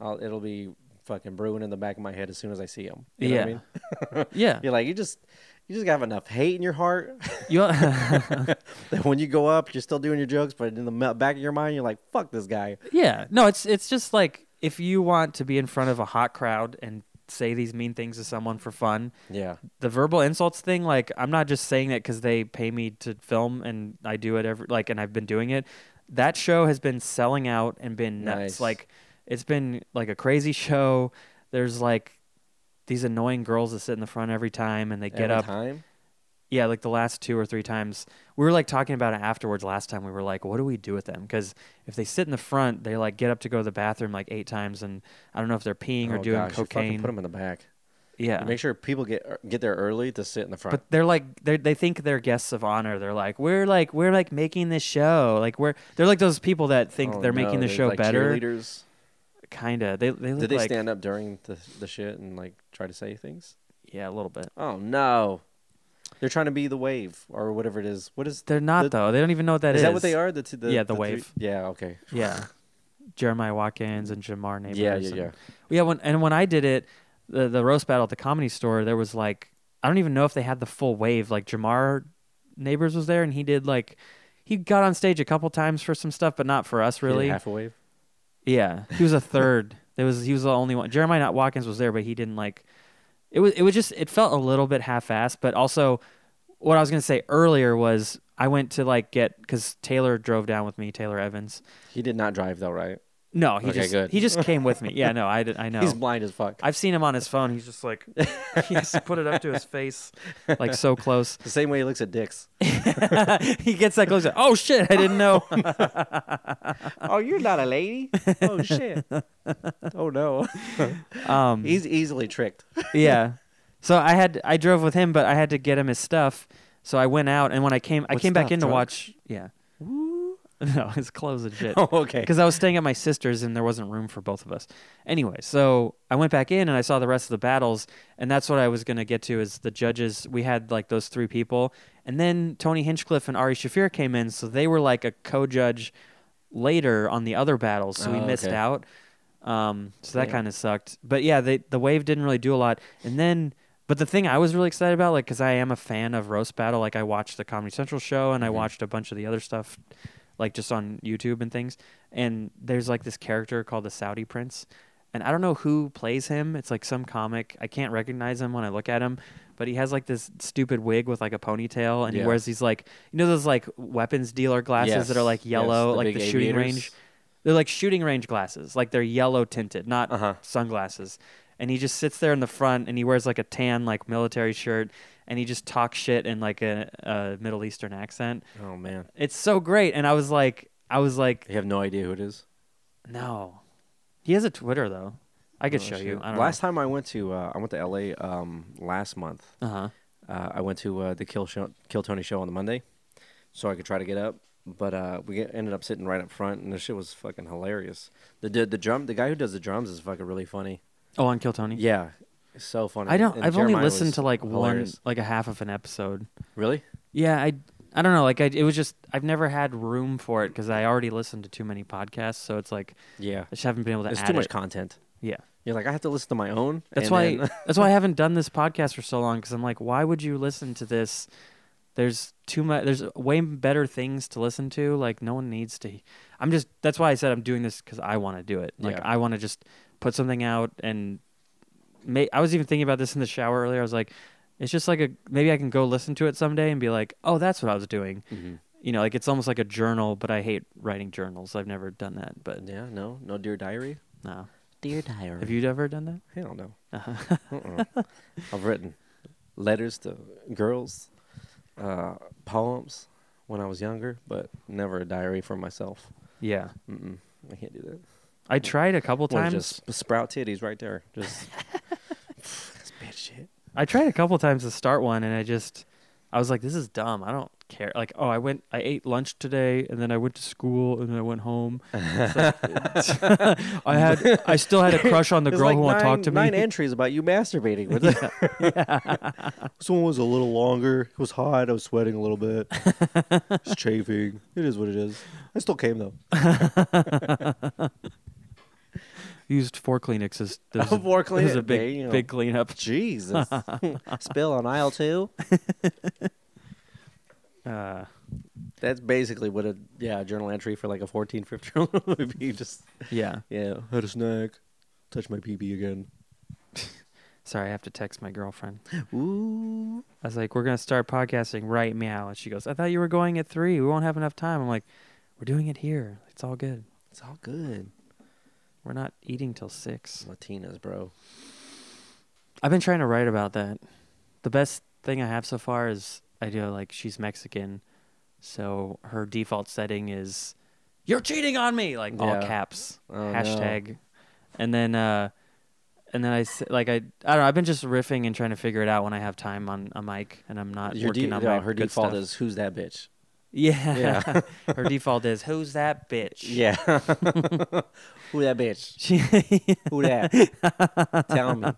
Speaker 1: I'll, it'll be fucking brewing in the back of my head as soon as I see him. You know
Speaker 2: yeah.
Speaker 1: what I mean? [LAUGHS]
Speaker 2: yeah.
Speaker 1: You're like, you just you just have enough hate in your heart [LAUGHS]
Speaker 2: You-
Speaker 1: that when you go up, you're still doing your jokes, but in the me- back of your mind, you're like, fuck this guy.
Speaker 2: [LAUGHS] Yeah. No, it's it's just like if you want to be in front of a hot crowd and say these mean things to someone for fun,
Speaker 1: Yeah.
Speaker 2: the verbal insults thing, like I'm not just saying that cuz they pay me to film and I do it every like and I've been doing it. That show has been selling out and been nuts.
Speaker 1: Nice.
Speaker 2: Like it's been like a crazy show. There's like these annoying girls that sit in the front every time and they get
Speaker 1: Every
Speaker 2: up
Speaker 1: time.
Speaker 2: yeah, like the last two or three times we were like talking about it afterwards. Last time we were like, what do we do with them? Because if they sit in the front, they like get up to go to the bathroom like eight times, and I don't know if they're peeing or
Speaker 1: Oh,
Speaker 2: doing
Speaker 1: gosh, you fucking
Speaker 2: cocaine.
Speaker 1: Put him in the back.
Speaker 2: yeah,
Speaker 1: Make sure people get get there early to sit in the front.
Speaker 2: but they're like they they think they're guests of honor. They're like we're like we're like making this show. Like we're they're like those people that think
Speaker 1: Oh,
Speaker 2: they're
Speaker 1: no,
Speaker 2: making the
Speaker 1: there's,
Speaker 2: show
Speaker 1: like,
Speaker 2: better.
Speaker 1: Cheerleaders.
Speaker 2: Kinda. They they look
Speaker 1: Did they
Speaker 2: like
Speaker 1: stand up during the, the shit and like try to say things?
Speaker 2: yeah a little bit.
Speaker 1: Oh no, they're trying to be the wave or whatever it is. What is
Speaker 2: They're not
Speaker 1: The-
Speaker 2: though. They don't even know what that
Speaker 1: is
Speaker 2: is.
Speaker 1: that? What they are? The, t- the
Speaker 2: Yeah, the
Speaker 1: three-
Speaker 2: wave.
Speaker 1: yeah, okay.
Speaker 2: Yeah. Jeremiah Watkins and Jamar Neighbors.
Speaker 1: Yeah, yeah,
Speaker 2: and-
Speaker 1: yeah.
Speaker 2: Yeah, when and when I did it, the the roast battle at the comedy store, there was like I don't even know if they had the full wave. Like Jamar Neighbors was there, and he did like he got on stage a couple times for some stuff, but not for us
Speaker 1: He did
Speaker 2: really.
Speaker 1: half a wave.
Speaker 2: Yeah, [LAUGHS] he was a third. there was he was the only one. Jeremiah Not Watkins was there, but he didn't like. It was it was just it felt a little bit half-assed, but also what I was gonna say earlier was I went to like get because Taylor drove down with me, Taylor Evans.
Speaker 1: He did not drive though, right?
Speaker 2: No, he
Speaker 1: Okay,
Speaker 2: just
Speaker 1: good.
Speaker 2: he just came with me. Yeah, no, I did, I know.
Speaker 1: [LAUGHS] He's blind as fuck.
Speaker 2: I've seen him on his phone. He's just like, he just put it up to his face, like
Speaker 1: [LAUGHS]
Speaker 2: so close. [LAUGHS]
Speaker 1: the same way he looks at dicks.
Speaker 2: he gets that close. like, Oh shit! I didn't
Speaker 1: [LAUGHS]
Speaker 2: know.
Speaker 1: oh, you're not a
Speaker 2: [LAUGHS]
Speaker 1: lady. Oh shit. oh no.
Speaker 2: Um,
Speaker 1: He's easily tricked. [LAUGHS]
Speaker 2: yeah. So I had I drove with him, but I had to get him his stuff. So I went out, and when I came, I
Speaker 1: What
Speaker 2: came back
Speaker 1: stuff,
Speaker 2: in to
Speaker 1: drugs?
Speaker 2: watch. Yeah. [LAUGHS] No, his clothes and shit.
Speaker 1: Oh, okay.
Speaker 2: because I was staying at my sister's and there wasn't room for both of us. Anyway, so I went back in and I saw the rest of the battles, and that's what I was gonna get to is the judges. We had like those three people, and then Tony Hinchcliffe and Ari Shafir came in, so they were like a co-judge later on the other battles, so we
Speaker 1: Oh,
Speaker 2: missed
Speaker 1: okay.
Speaker 2: out. Um, so that
Speaker 1: Yeah.
Speaker 2: kind of sucked. But yeah, they, the wave didn't really do a lot, and then. But the thing I was really excited about, like, because I am a fan of roast battle. Like, I watched the Comedy Central show and I
Speaker 1: Mhm.
Speaker 2: watched a bunch of the other stuff, like just on YouTube and things. And there's like this character called the Saudi Prince, and I don't know who plays him. It's like some comic. I can't recognize him when I look at him, but he has like this stupid wig with like a ponytail, and he
Speaker 1: Yeah.
Speaker 2: wears these like you know those like weapons dealer glasses that are
Speaker 1: Yes,
Speaker 2: like
Speaker 1: yes,
Speaker 2: yellow,
Speaker 1: the
Speaker 2: like
Speaker 1: big
Speaker 2: the shooting
Speaker 1: aviators.
Speaker 2: range. They're like shooting range glasses, like they're yellow tinted, not
Speaker 1: Uh-huh.
Speaker 2: sunglasses. And he just sits there in the front, and he wears like a tan, like military shirt, and he just talks shit in like a, a Middle Eastern accent.
Speaker 1: Oh man.
Speaker 2: It's so great, and I was like, I was like,
Speaker 1: You have no idea who it is.
Speaker 2: no, he has a Twitter though. I could
Speaker 1: Oh,
Speaker 2: show
Speaker 1: shoot.
Speaker 2: you. I don't
Speaker 1: last time I went to uh, I went to LA um, last month.
Speaker 2: know. Uh huh.
Speaker 1: Uh, I went to uh, the Kill show, Kill Tony show on the Monday, so I could try to get up. But uh, we get, ended up sitting right up front, and the shit was fucking hilarious. The, the the drum, the guy who does the drums is fucking really funny.
Speaker 2: Oh, on Kill Tony.
Speaker 1: Yeah, so funny.
Speaker 2: I don't.
Speaker 1: And
Speaker 2: I've only
Speaker 1: Jeremiah
Speaker 2: listened
Speaker 1: was
Speaker 2: to like
Speaker 1: hilarious.
Speaker 2: one, like a half of an episode.
Speaker 1: Really?
Speaker 2: Yeah, I I don't know. Like I, it was just I've never had room for it because I already listened to too many podcasts. So it's like
Speaker 1: Yeah.
Speaker 2: I just haven't been able to.
Speaker 1: There's
Speaker 2: add
Speaker 1: too much
Speaker 2: it.
Speaker 1: content.
Speaker 2: Yeah,
Speaker 1: You're like, I have to listen to my own.
Speaker 2: that's
Speaker 1: and
Speaker 2: why.
Speaker 1: then-
Speaker 2: [LAUGHS] that's why
Speaker 1: [LAUGHS]
Speaker 2: I haven't done this podcast for so long because I'm like, why would you listen to this? There's too much. There's way better things to listen to. Like no one needs to. I'm just. That's why I said I'm doing this because I want to do it. Like
Speaker 1: Yeah.
Speaker 2: I want to just put something out and. ma I was even thinking about this in the shower earlier. I was like, it's just like a maybe I can go listen to it someday and be like, oh, that's what I was doing. [LAUGHS]
Speaker 1: Mhm.
Speaker 2: you know, like it's almost like a journal, but I hate writing journals. I've never done that,
Speaker 1: [LAUGHS]
Speaker 2: but
Speaker 1: Yeah. No. No. Dear diary.
Speaker 2: no.
Speaker 1: Dear diary.
Speaker 2: Have you ever done that?
Speaker 1: Hell no.
Speaker 2: Uh-huh.
Speaker 1: Uh-uh. I've written letters to girls, uh, poems when I was younger, but never a diary for myself.
Speaker 2: yeah.
Speaker 1: Mm-mm. I can't do that.
Speaker 2: I tried a couple
Speaker 1: Wanna
Speaker 2: times.
Speaker 1: just sprout titties right there. Just that's bitch shit.
Speaker 2: I tried a couple times to start one and I just I was like this is dumb. I don't care. Like, oh, I went I ate lunch today and then I went to school and then I went
Speaker 1: [LAUGHS]
Speaker 2: home. [LAUGHS] It's like- I had I still had a crush on the
Speaker 1: There's
Speaker 2: girl
Speaker 1: like
Speaker 2: who won't talk
Speaker 1: nine-
Speaker 2: to me.
Speaker 1: Nine
Speaker 2: [LAUGHS]
Speaker 1: entries about you [LAUGHS] masturbating. With this one was a little longer. It was hot. I was sweating a little bit. it's chafing. It is what it is. I still came though.
Speaker 2: used four Kleenexes.
Speaker 1: [LAUGHS]
Speaker 2: This is-
Speaker 1: Oh, four
Speaker 2: this is a
Speaker 1: Kleenex-
Speaker 2: big
Speaker 1: there you go.
Speaker 2: big cleanup.
Speaker 1: Jesus. [LAUGHS] Spill on aisle two.
Speaker 2: Uh,
Speaker 1: That's basically what a yeah a journal entry for like a 14, 15 year old [LAUGHS] would be. Just
Speaker 2: yeah.
Speaker 1: yeah, had a snack, touch my pee again.
Speaker 2: Sorry, I have to text my girlfriend.
Speaker 1: Ooh.
Speaker 2: I was like, "We're gonna start podcasting right meow," and she goes, "I thought you were going at three. We won't have enough time." I'm like, "We're doing it here. It's all good.
Speaker 1: It's all good.
Speaker 2: We're not eating till six.
Speaker 1: Latinas, bro.
Speaker 2: I've been trying to write about that. The best thing I have so far is I do like she's Mexican, so her default setting is "You're cheating on me," like all
Speaker 1: Yeah.
Speaker 2: caps,
Speaker 1: Oh, no.
Speaker 2: hashtag, and then uh, and then I s- like I I don't know. I've been just riffing and trying to figure it out when I have time on a mic, and I'm not
Speaker 1: Your
Speaker 2: working
Speaker 1: de-
Speaker 2: on
Speaker 1: no,
Speaker 2: my
Speaker 1: her
Speaker 2: good
Speaker 1: default
Speaker 2: stuff.
Speaker 1: is who's that bitch?
Speaker 2: yeah. [LAUGHS] her default is who's that bitch?
Speaker 1: Yeah. [LAUGHS] Who that bitch?
Speaker 2: [LAUGHS] She [LAUGHS]
Speaker 1: Who that? Tell me.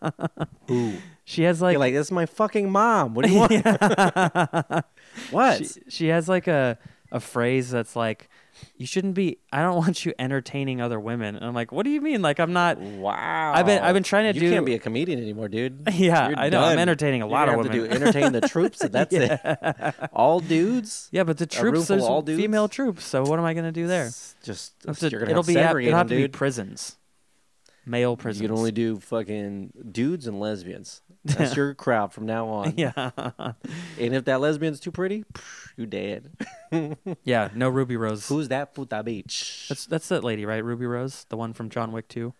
Speaker 1: Who?
Speaker 2: she has like
Speaker 1: You're like, this is my fucking mom. What do you want? [LAUGHS] what?
Speaker 2: She, she has like a a phrase that's like, "You shouldn't be. I don't [LAUGHS] want you entertaining other women." And I'm like, "What do you mean? Like I'm not?
Speaker 1: wow.
Speaker 2: I've been- I've been trying to
Speaker 1: You
Speaker 2: do-
Speaker 1: can't be a comedian anymore, dude.
Speaker 2: [LAUGHS] Yeah,
Speaker 1: You're
Speaker 2: I know. I'm
Speaker 1: done.
Speaker 2: entertaining a
Speaker 1: You're
Speaker 2: lot
Speaker 1: gonna
Speaker 2: of
Speaker 1: have
Speaker 2: women.
Speaker 1: To do entertain the
Speaker 2: [LAUGHS]
Speaker 1: troops. and That's it. All dudes.
Speaker 2: yeah, but the
Speaker 1: room
Speaker 2: troops
Speaker 1: full of
Speaker 2: there's
Speaker 1: all dudes?
Speaker 2: female troops. So what am I gonna do there?
Speaker 1: S- Just
Speaker 2: I'll have to-
Speaker 1: you're gonna
Speaker 2: it'll
Speaker 1: have to
Speaker 2: be at-
Speaker 1: segregate
Speaker 2: it'll have
Speaker 1: them,
Speaker 2: to be
Speaker 1: dude.
Speaker 2: prisons, male prisons.
Speaker 1: You can
Speaker 2: [LAUGHS]
Speaker 1: only do fucking dudes and lesbians. That's your crowd from now on.
Speaker 2: yeah,
Speaker 1: And if that lesbian's too pretty, pff, you
Speaker 2: [LAUGHS]
Speaker 1: dead.
Speaker 2: yeah. No Ruby Rose.
Speaker 1: Who's that puta bitch?
Speaker 2: that's that's that lady, right? Ruby Rose, the one from John Wick 2.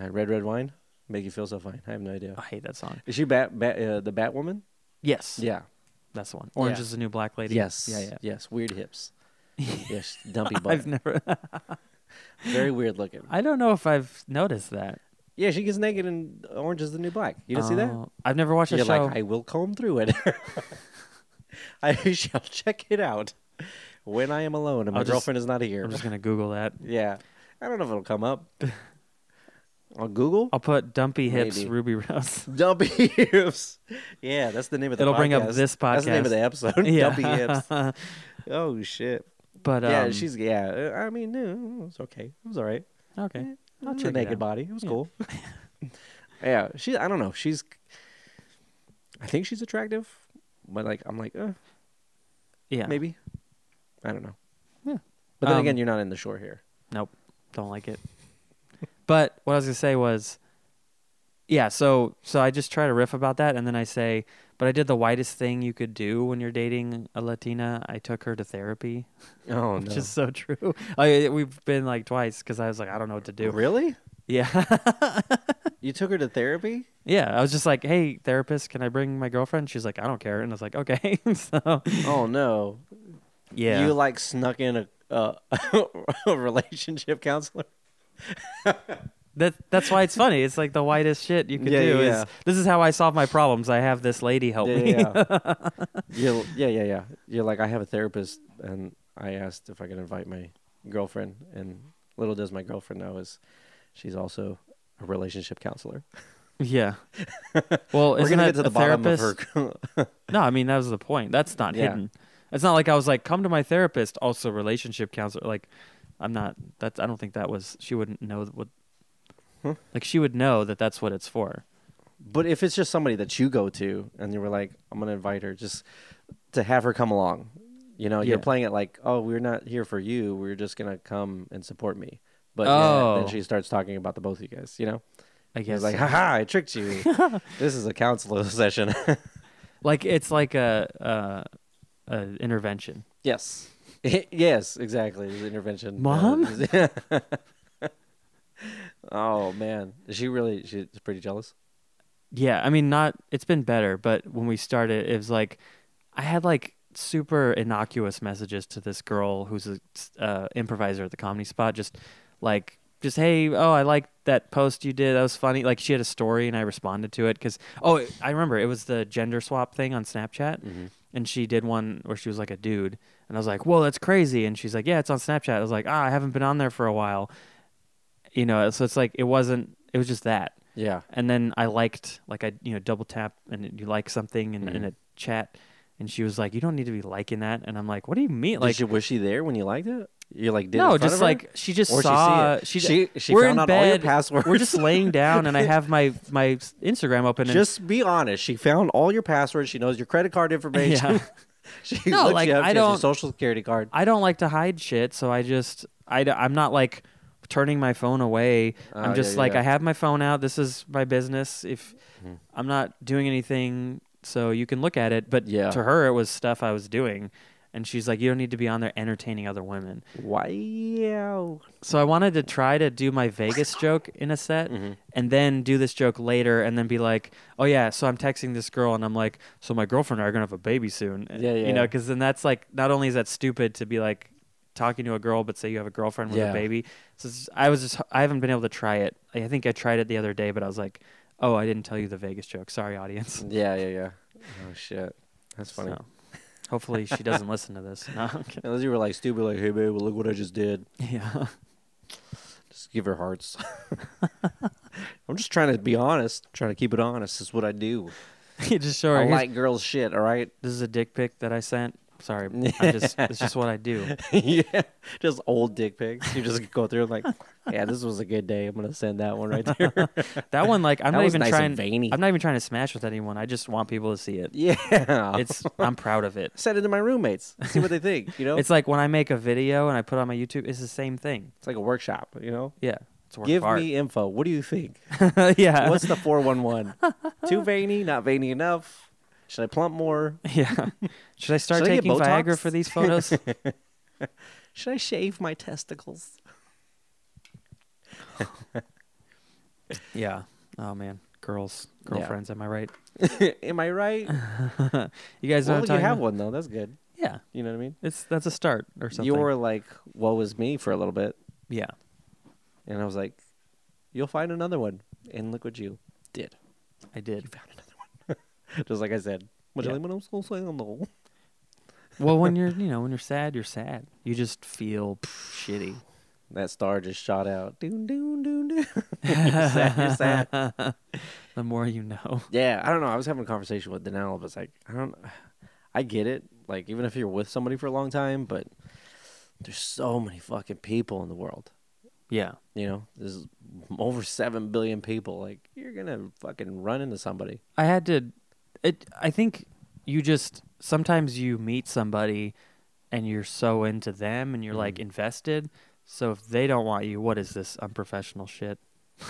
Speaker 1: Uh, red, red wine. Make you feel so fine. I have no idea.
Speaker 2: I hate that song.
Speaker 1: Is she bat, bat uh, the Batwoman?
Speaker 2: Yes.
Speaker 1: Yeah.
Speaker 2: That's the one. Orange
Speaker 1: Yeah.
Speaker 2: is the new black lady.
Speaker 1: Yes.
Speaker 2: Yeah, yeah.
Speaker 1: Yes. Weird
Speaker 2: [LAUGHS]
Speaker 1: hips. yes. Dumpy butt.
Speaker 2: I've never. [LAUGHS]
Speaker 1: Very weird looking.
Speaker 2: I don't know if I've noticed that.
Speaker 1: Yeah, she gets naked in Orange is the New Black. You didn't see that?
Speaker 2: Oh, I've never watched
Speaker 1: You're
Speaker 2: the show.
Speaker 1: like, I will comb through it. [LAUGHS] I [LAUGHS] shall check it out when I am alone and my
Speaker 2: I'll just-
Speaker 1: girlfriend is not here.
Speaker 2: I'm just gonna
Speaker 1: [LAUGHS]
Speaker 2: Google that.
Speaker 1: Yeah. I don't know if it'll come up. [LAUGHS] On Google?
Speaker 2: I'll put dumpy hips
Speaker 1: Maybe.
Speaker 2: Ruby Rose. [LAUGHS]
Speaker 1: Dumpy hips. Yeah, that's the name of the
Speaker 2: It'll bring up this
Speaker 1: That's the name of the
Speaker 2: podcast.
Speaker 1: episode.
Speaker 2: [LAUGHS] Yeah.
Speaker 1: Dumpy hips.
Speaker 2: [LAUGHS]
Speaker 1: Oh, shit.
Speaker 2: But um,
Speaker 1: yeah, she's, yeah. uh, I mean, no, it was okay. It was all right.
Speaker 2: okay.
Speaker 1: eh,
Speaker 2: I'll
Speaker 1: It's a
Speaker 2: check it
Speaker 1: naked
Speaker 2: out.
Speaker 1: body. It was
Speaker 2: Yeah. [LAUGHS]
Speaker 1: cool. yeah, she. I don't know. She's. I think she's attractive, but like I'm like, uh,
Speaker 2: Yeah,
Speaker 1: maybe. I don't know.
Speaker 2: Yeah.
Speaker 1: But then
Speaker 2: Um,
Speaker 1: again, you're not in the shore here.
Speaker 2: Nope, don't like it. [LAUGHS] but what I was gonna say was, yeah. So so I just try to riff about that, and then I say, but I did the whitest thing you could do when you're dating a Latina. I took her to therapy, [LAUGHS]
Speaker 1: Oh
Speaker 2: which is so true. I, we've been like twice because I was like, I don't know what to do.
Speaker 1: Really?
Speaker 2: Yeah. [LAUGHS]
Speaker 1: You took her to therapy?
Speaker 2: Yeah, I was just like, "Hey, therapist, can I bring my girlfriend?" She's like, "I don't care," and I was like, "Okay." [LAUGHS] so
Speaker 1: Oh no.
Speaker 2: yeah,
Speaker 1: You like snuck in a uh, a [LAUGHS] relationship counselor.
Speaker 2: that that's why it's funny. It's like the whitest shit you could
Speaker 1: Yeah,
Speaker 2: do.
Speaker 1: yeah,
Speaker 2: is,
Speaker 1: yeah.
Speaker 2: This is how I solve my problems. I have this lady help me.
Speaker 1: [LAUGHS] Yeah, yeah. [LAUGHS] you yeah, yeah, yeah. You're like, I have a therapist, and I asked if I could invite my girlfriend, and little does my girlfriend know is she's also a relationship counselor.
Speaker 2: [LAUGHS]
Speaker 1: [LAUGHS]
Speaker 2: yeah. Well,
Speaker 1: We're
Speaker 2: isn't
Speaker 1: gonna
Speaker 2: that
Speaker 1: get to
Speaker 2: a
Speaker 1: the bottom
Speaker 2: therapist?
Speaker 1: of her. [LAUGHS]
Speaker 2: No, I mean that was the point. That's not
Speaker 1: Yeah.
Speaker 2: hidden. It's not like I was like, "Come to my therapist." Also, relationship counselor. Like, I'm not. That's. I don't think that was. She wouldn't know what.
Speaker 1: Huh?
Speaker 2: Like she would know that that's what it's for.
Speaker 1: but if it's just somebody that you go to, and you were like, I'm gonna invite her, just to have her come along. You know, you're
Speaker 2: Yeah.
Speaker 1: playing it like, oh, we're not here for you. We're just gonna come and support me. But yeah,
Speaker 2: Oh.
Speaker 1: then she starts talking about the both of you guys. You know,
Speaker 2: I
Speaker 1: he's
Speaker 2: guess.
Speaker 1: like, haha, I tricked
Speaker 2: [LAUGHS]
Speaker 1: you. this is a counselor [LAUGHS] session.
Speaker 2: like it's like a uh, uh, intervention.
Speaker 1: Yes. [LAUGHS] yes, exactly. It was intervention.
Speaker 2: Mom?
Speaker 1: Uh, [LAUGHS] oh man, is she really? She's pretty jealous.
Speaker 2: Yeah, I mean, not it's been better, but when we started, it was like I had like super innocuous messages to this girl who's a uh, improviser at the comedy spot, just like just hey, oh, I like that post you did, that was funny. Like she had a story, and I responded to it because oh, I remember it was the gender swap thing on Snapchat, and she did one where she was like a dude, and I was like, whoa, that's crazy, and she's like, yeah, it's on Snapchat. I was like, ah, I haven't been on there for a while, you know. So it's like it wasn't, it was just that
Speaker 1: Yeah.
Speaker 2: and then I liked like I you know double tap and it- you like something in,
Speaker 1: Mm-hmm.
Speaker 2: in a chat, and she was like, "You don't need to be liking that," and I'm like, "What do you mean?"
Speaker 1: Like,
Speaker 2: Like,
Speaker 1: she, was she there when you liked it? You like did it in
Speaker 2: No,
Speaker 1: front
Speaker 2: just
Speaker 1: of her?
Speaker 2: like she just
Speaker 1: Or she see
Speaker 2: saw.
Speaker 1: it?
Speaker 2: She,
Speaker 1: She- she
Speaker 2: we're
Speaker 1: found
Speaker 2: in
Speaker 1: out all your
Speaker 2: bed.
Speaker 1: passwords.
Speaker 2: We're just laying
Speaker 1: [LAUGHS]
Speaker 2: down, and I have my my Instagram open. And,
Speaker 1: just be honest. She found all your passwords. She knows your credit card information.
Speaker 2: Yeah.
Speaker 1: [LAUGHS] she
Speaker 2: No,
Speaker 1: looked
Speaker 2: like,
Speaker 1: you up.
Speaker 2: I
Speaker 1: she has your
Speaker 2: don't-
Speaker 1: social security card.
Speaker 2: I don't like to hide shit, so I just I am not like turning my phone away.
Speaker 1: Oh,
Speaker 2: I'm just
Speaker 1: yeah, yeah, Hmm.
Speaker 2: like
Speaker 1: yeah.
Speaker 2: I have my phone out. This is my business. If I'm not doing anything, so you can look at it. But
Speaker 1: Yeah.
Speaker 2: to her, it was stuff I was doing, and she's like, "You don't need to be on there entertaining other women."
Speaker 1: Wow.
Speaker 2: So I wanted to try to do my Vegas joke in a set
Speaker 1: Mm-hmm.
Speaker 2: and then do this joke later and then be like, oh yeah, so I'm texting this girl and I'm like, so my girlfriend and I are going to have a baby soon. And,
Speaker 1: Yeah, yeah.
Speaker 2: You know, because then that's like, not only is that stupid to be like talking to a girl, but say you have a girlfriend with
Speaker 1: Yeah.
Speaker 2: a baby. So it's- I was just, I haven't been able to try it. I think I tried it the other day, but I was like, oh, I didn't tell you the Vegas joke. Sorry, audience.
Speaker 1: Yeah, yeah, yeah. Oh shit. That's funny.
Speaker 2: So, hopefully she doesn't listen to
Speaker 1: [LAUGHS]
Speaker 2: this. No, I'm kidding.
Speaker 1: Unless you were like stupid, like, hey babe, look what I just did.
Speaker 2: [LAUGHS] yeah. [LAUGHS]
Speaker 1: Just give her hearts. [LAUGHS] I'm just trying to be honest. trying to keep it honest. Is what I do.
Speaker 2: you just show her.
Speaker 1: I
Speaker 2: here's-
Speaker 1: like girls shit. All [LAUGHS] right.
Speaker 2: This is a dick pic that I sent.
Speaker 1: [LAUGHS]
Speaker 2: Sorry, I just it's just what I do.
Speaker 1: yeah. Just old dick pics. You just go through and like, yeah, this was a good day. I'm gonna send that [LAUGHS] one right there.
Speaker 2: That one, like, I'm
Speaker 1: That
Speaker 2: not
Speaker 1: was
Speaker 2: even
Speaker 1: nice
Speaker 2: trying.
Speaker 1: and veiny.
Speaker 2: I'm not even trying to smash with anyone. I just want people to see it.
Speaker 1: [LAUGHS] yeah.
Speaker 2: It's I'm proud
Speaker 1: [LAUGHS]
Speaker 2: of it.
Speaker 1: send it to my roommates. See what they think. You know.
Speaker 2: [LAUGHS] It's like when I make a video and I put it on my YouTube. It's the same thing.
Speaker 1: It's like a workshop, you know?
Speaker 2: Yeah, it's a work
Speaker 1: Give
Speaker 2: of art.
Speaker 1: me info. What do you think?
Speaker 2: [LAUGHS]
Speaker 1: [LAUGHS]
Speaker 2: yeah,
Speaker 1: What's the 411? Too veiny? Not veiny enough? Should I plump more?
Speaker 2: [LAUGHS] yeah. Should I start
Speaker 1: Should I get
Speaker 2: taking Viagra
Speaker 1: Botox?
Speaker 2: for these
Speaker 1: [LAUGHS]
Speaker 2: photos? [LAUGHS]
Speaker 1: Should I shave my testicles? [LAUGHS]
Speaker 2: yeah. Oh man, girls,
Speaker 1: Yeah.
Speaker 2: girlfriends. Am I right? [LAUGHS]
Speaker 1: Am I right?
Speaker 2: You guys know
Speaker 1: well,
Speaker 2: what
Speaker 1: you
Speaker 2: I'm talking
Speaker 1: have
Speaker 2: about?
Speaker 1: one, though. That's good.
Speaker 2: Yeah,
Speaker 1: You know what I mean?
Speaker 2: it's that's a start or something.
Speaker 1: You were like, woe is me for a little bit.
Speaker 2: yeah.
Speaker 1: And I was like, you'll find another one. And look what you did. [LAUGHS]
Speaker 2: I did.
Speaker 1: Just like I said. What
Speaker 2: Yeah.
Speaker 1: anyone else gonna say on the whole?
Speaker 2: Well, when you're you know when you're sad, you're sad. You just feel shitty.
Speaker 1: That star just shot out. Doon, doon, doon,
Speaker 2: [LAUGHS]
Speaker 1: doon. you're [LAUGHS] sad. You're sad.
Speaker 2: The more you
Speaker 1: [LAUGHS]
Speaker 2: know.
Speaker 1: Yeah, I don't know. I was having a conversation with Danelle, but it's like I don't. I get it. Like even if you're with somebody for a long time, but there's so many fucking people in the world.
Speaker 2: Yeah.
Speaker 1: You know, there's over seven billion people. Like you're gonna fucking run into somebody.
Speaker 2: I had to it I think you just sometimes you meet somebody and you're so into them and you're
Speaker 1: Mm-hmm.
Speaker 2: like invested. So if they don't want you, what is this unprofessional shit?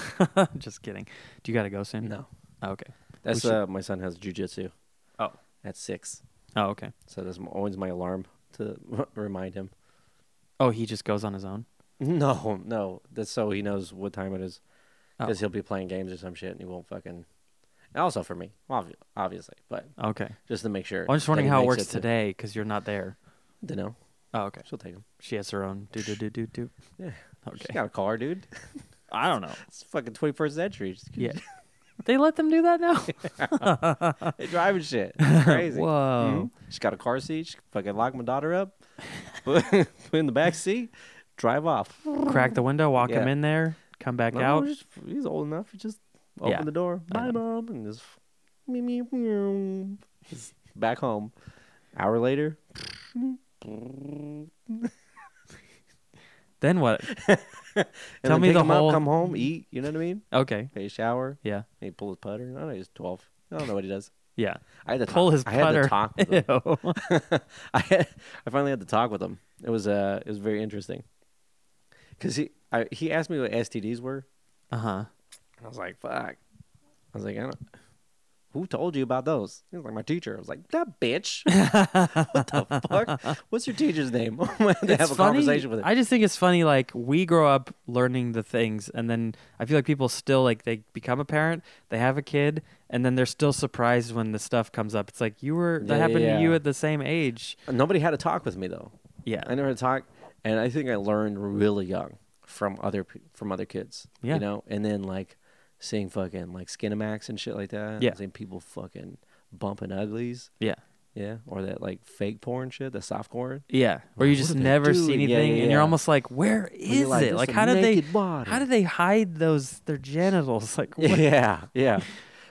Speaker 2: [LAUGHS] just kidding. Do you got to go soon?
Speaker 1: No,
Speaker 2: Oh, okay.
Speaker 1: that's
Speaker 2: should-
Speaker 1: uh, my son has jujitsu
Speaker 2: Oh.
Speaker 1: at six,
Speaker 2: Oh, okay.
Speaker 1: so that's m- always my alarm to [LAUGHS] remind him.
Speaker 2: Oh, he just goes on his own.
Speaker 1: No, no, that's so he knows what time it is,
Speaker 2: Oh.
Speaker 1: because he'll be playing games or some shit, and he won't fucking. And also for me, obvi- obviously, but
Speaker 2: Okay.
Speaker 1: just to make sure.
Speaker 2: I'm just
Speaker 1: that
Speaker 2: wondering
Speaker 1: he
Speaker 2: how it
Speaker 1: makes
Speaker 2: works
Speaker 1: to-
Speaker 2: today cuz you're not there.
Speaker 1: Dunno.
Speaker 2: Oh, okay.
Speaker 1: She'll take him.
Speaker 2: She has her own do do do do do.
Speaker 1: Yeah. She's
Speaker 2: Okay.
Speaker 1: got a car, dude.
Speaker 2: [LAUGHS] I don't know.
Speaker 1: [LAUGHS] It's fucking 21st century. She's-
Speaker 2: Yeah. they let them do that [LAUGHS] now?
Speaker 1: They [LAUGHS] driving
Speaker 2: [LAUGHS]
Speaker 1: shit. It's crazy. Mhm.
Speaker 2: Whoa.
Speaker 1: She's got a car seat. She can fucking lock my daughter
Speaker 2: [LAUGHS]
Speaker 1: up. Put [LAUGHS] put in the back seat. Drive off.
Speaker 2: Mm-hmm. Crack the window, walk
Speaker 1: Yeah.
Speaker 2: him in there, come back
Speaker 1: No,
Speaker 2: out.
Speaker 1: just- he's old enough. You just open
Speaker 2: Yeah.
Speaker 1: the door.
Speaker 2: I
Speaker 1: Bye,
Speaker 2: know.
Speaker 1: mom. And just meow, meow, meow. He's back home. Hour later.
Speaker 2: [LAUGHS] Then what?
Speaker 1: [LAUGHS] And
Speaker 2: Tell
Speaker 1: then
Speaker 2: me
Speaker 1: pick
Speaker 2: the
Speaker 1: him
Speaker 2: whole-
Speaker 1: Up, come home, eat. You know what I mean?
Speaker 2: Okay.
Speaker 1: They shower.
Speaker 2: Yeah.
Speaker 1: He pull his putter. I don't know. He's 12. I don't know what he does. [LAUGHS]
Speaker 2: Yeah.
Speaker 1: I had to
Speaker 2: Pull
Speaker 1: talk-
Speaker 2: his
Speaker 1: I had
Speaker 2: putter.
Speaker 1: to talk with
Speaker 2: [LAUGHS]
Speaker 1: him.
Speaker 2: Ew.
Speaker 1: I had, I finally had to talk with him. It was uh it was very interesting. Cause he I, he asked me what STDs were, [LAUGHS]
Speaker 2: Uh-huh.
Speaker 1: and I was like, "Fuck," I was like, "I don't." Who told you about those? He was like, "My teacher." I was like, "That
Speaker 2: [LAUGHS]
Speaker 1: bitch." what the fuck? What's your teacher's name? [LAUGHS] I had to have a
Speaker 2: funny.
Speaker 1: conversation with him.
Speaker 2: I just think it's funny like we grow up learning the things and then I feel like people still like they become a parent, they have a kid, and then they're still surprised when the stuff comes up. It's like you were that
Speaker 1: Yeah,
Speaker 2: happened
Speaker 1: yeah.
Speaker 2: to you at the same age.
Speaker 1: Nobody had a talk with me though.
Speaker 2: Yeah.
Speaker 1: I never had a talk, and I think I learned really young from other pe- from other kids.
Speaker 2: Yeah.
Speaker 1: you know, and then like seeing fucking like Skinamax and shit like that.
Speaker 2: Yeah.
Speaker 1: seeing people fucking bumping uglies.
Speaker 2: Yeah.
Speaker 1: Yeah, or that like fake porn shit, the soft porn.
Speaker 2: Yeah. Or you just
Speaker 1: are they
Speaker 2: never see
Speaker 1: doing?
Speaker 2: anything
Speaker 1: Yeah, yeah,
Speaker 2: and you're
Speaker 1: yeah.
Speaker 2: almost like, Where
Speaker 1: you're
Speaker 2: is
Speaker 1: like,
Speaker 2: it?
Speaker 1: "This
Speaker 2: Like
Speaker 1: a
Speaker 2: how did they
Speaker 1: [LAUGHS] naked body." [LAUGHS]
Speaker 2: how did they hide those their genitals? [LAUGHS] Like what?
Speaker 1: Yeah, yeah.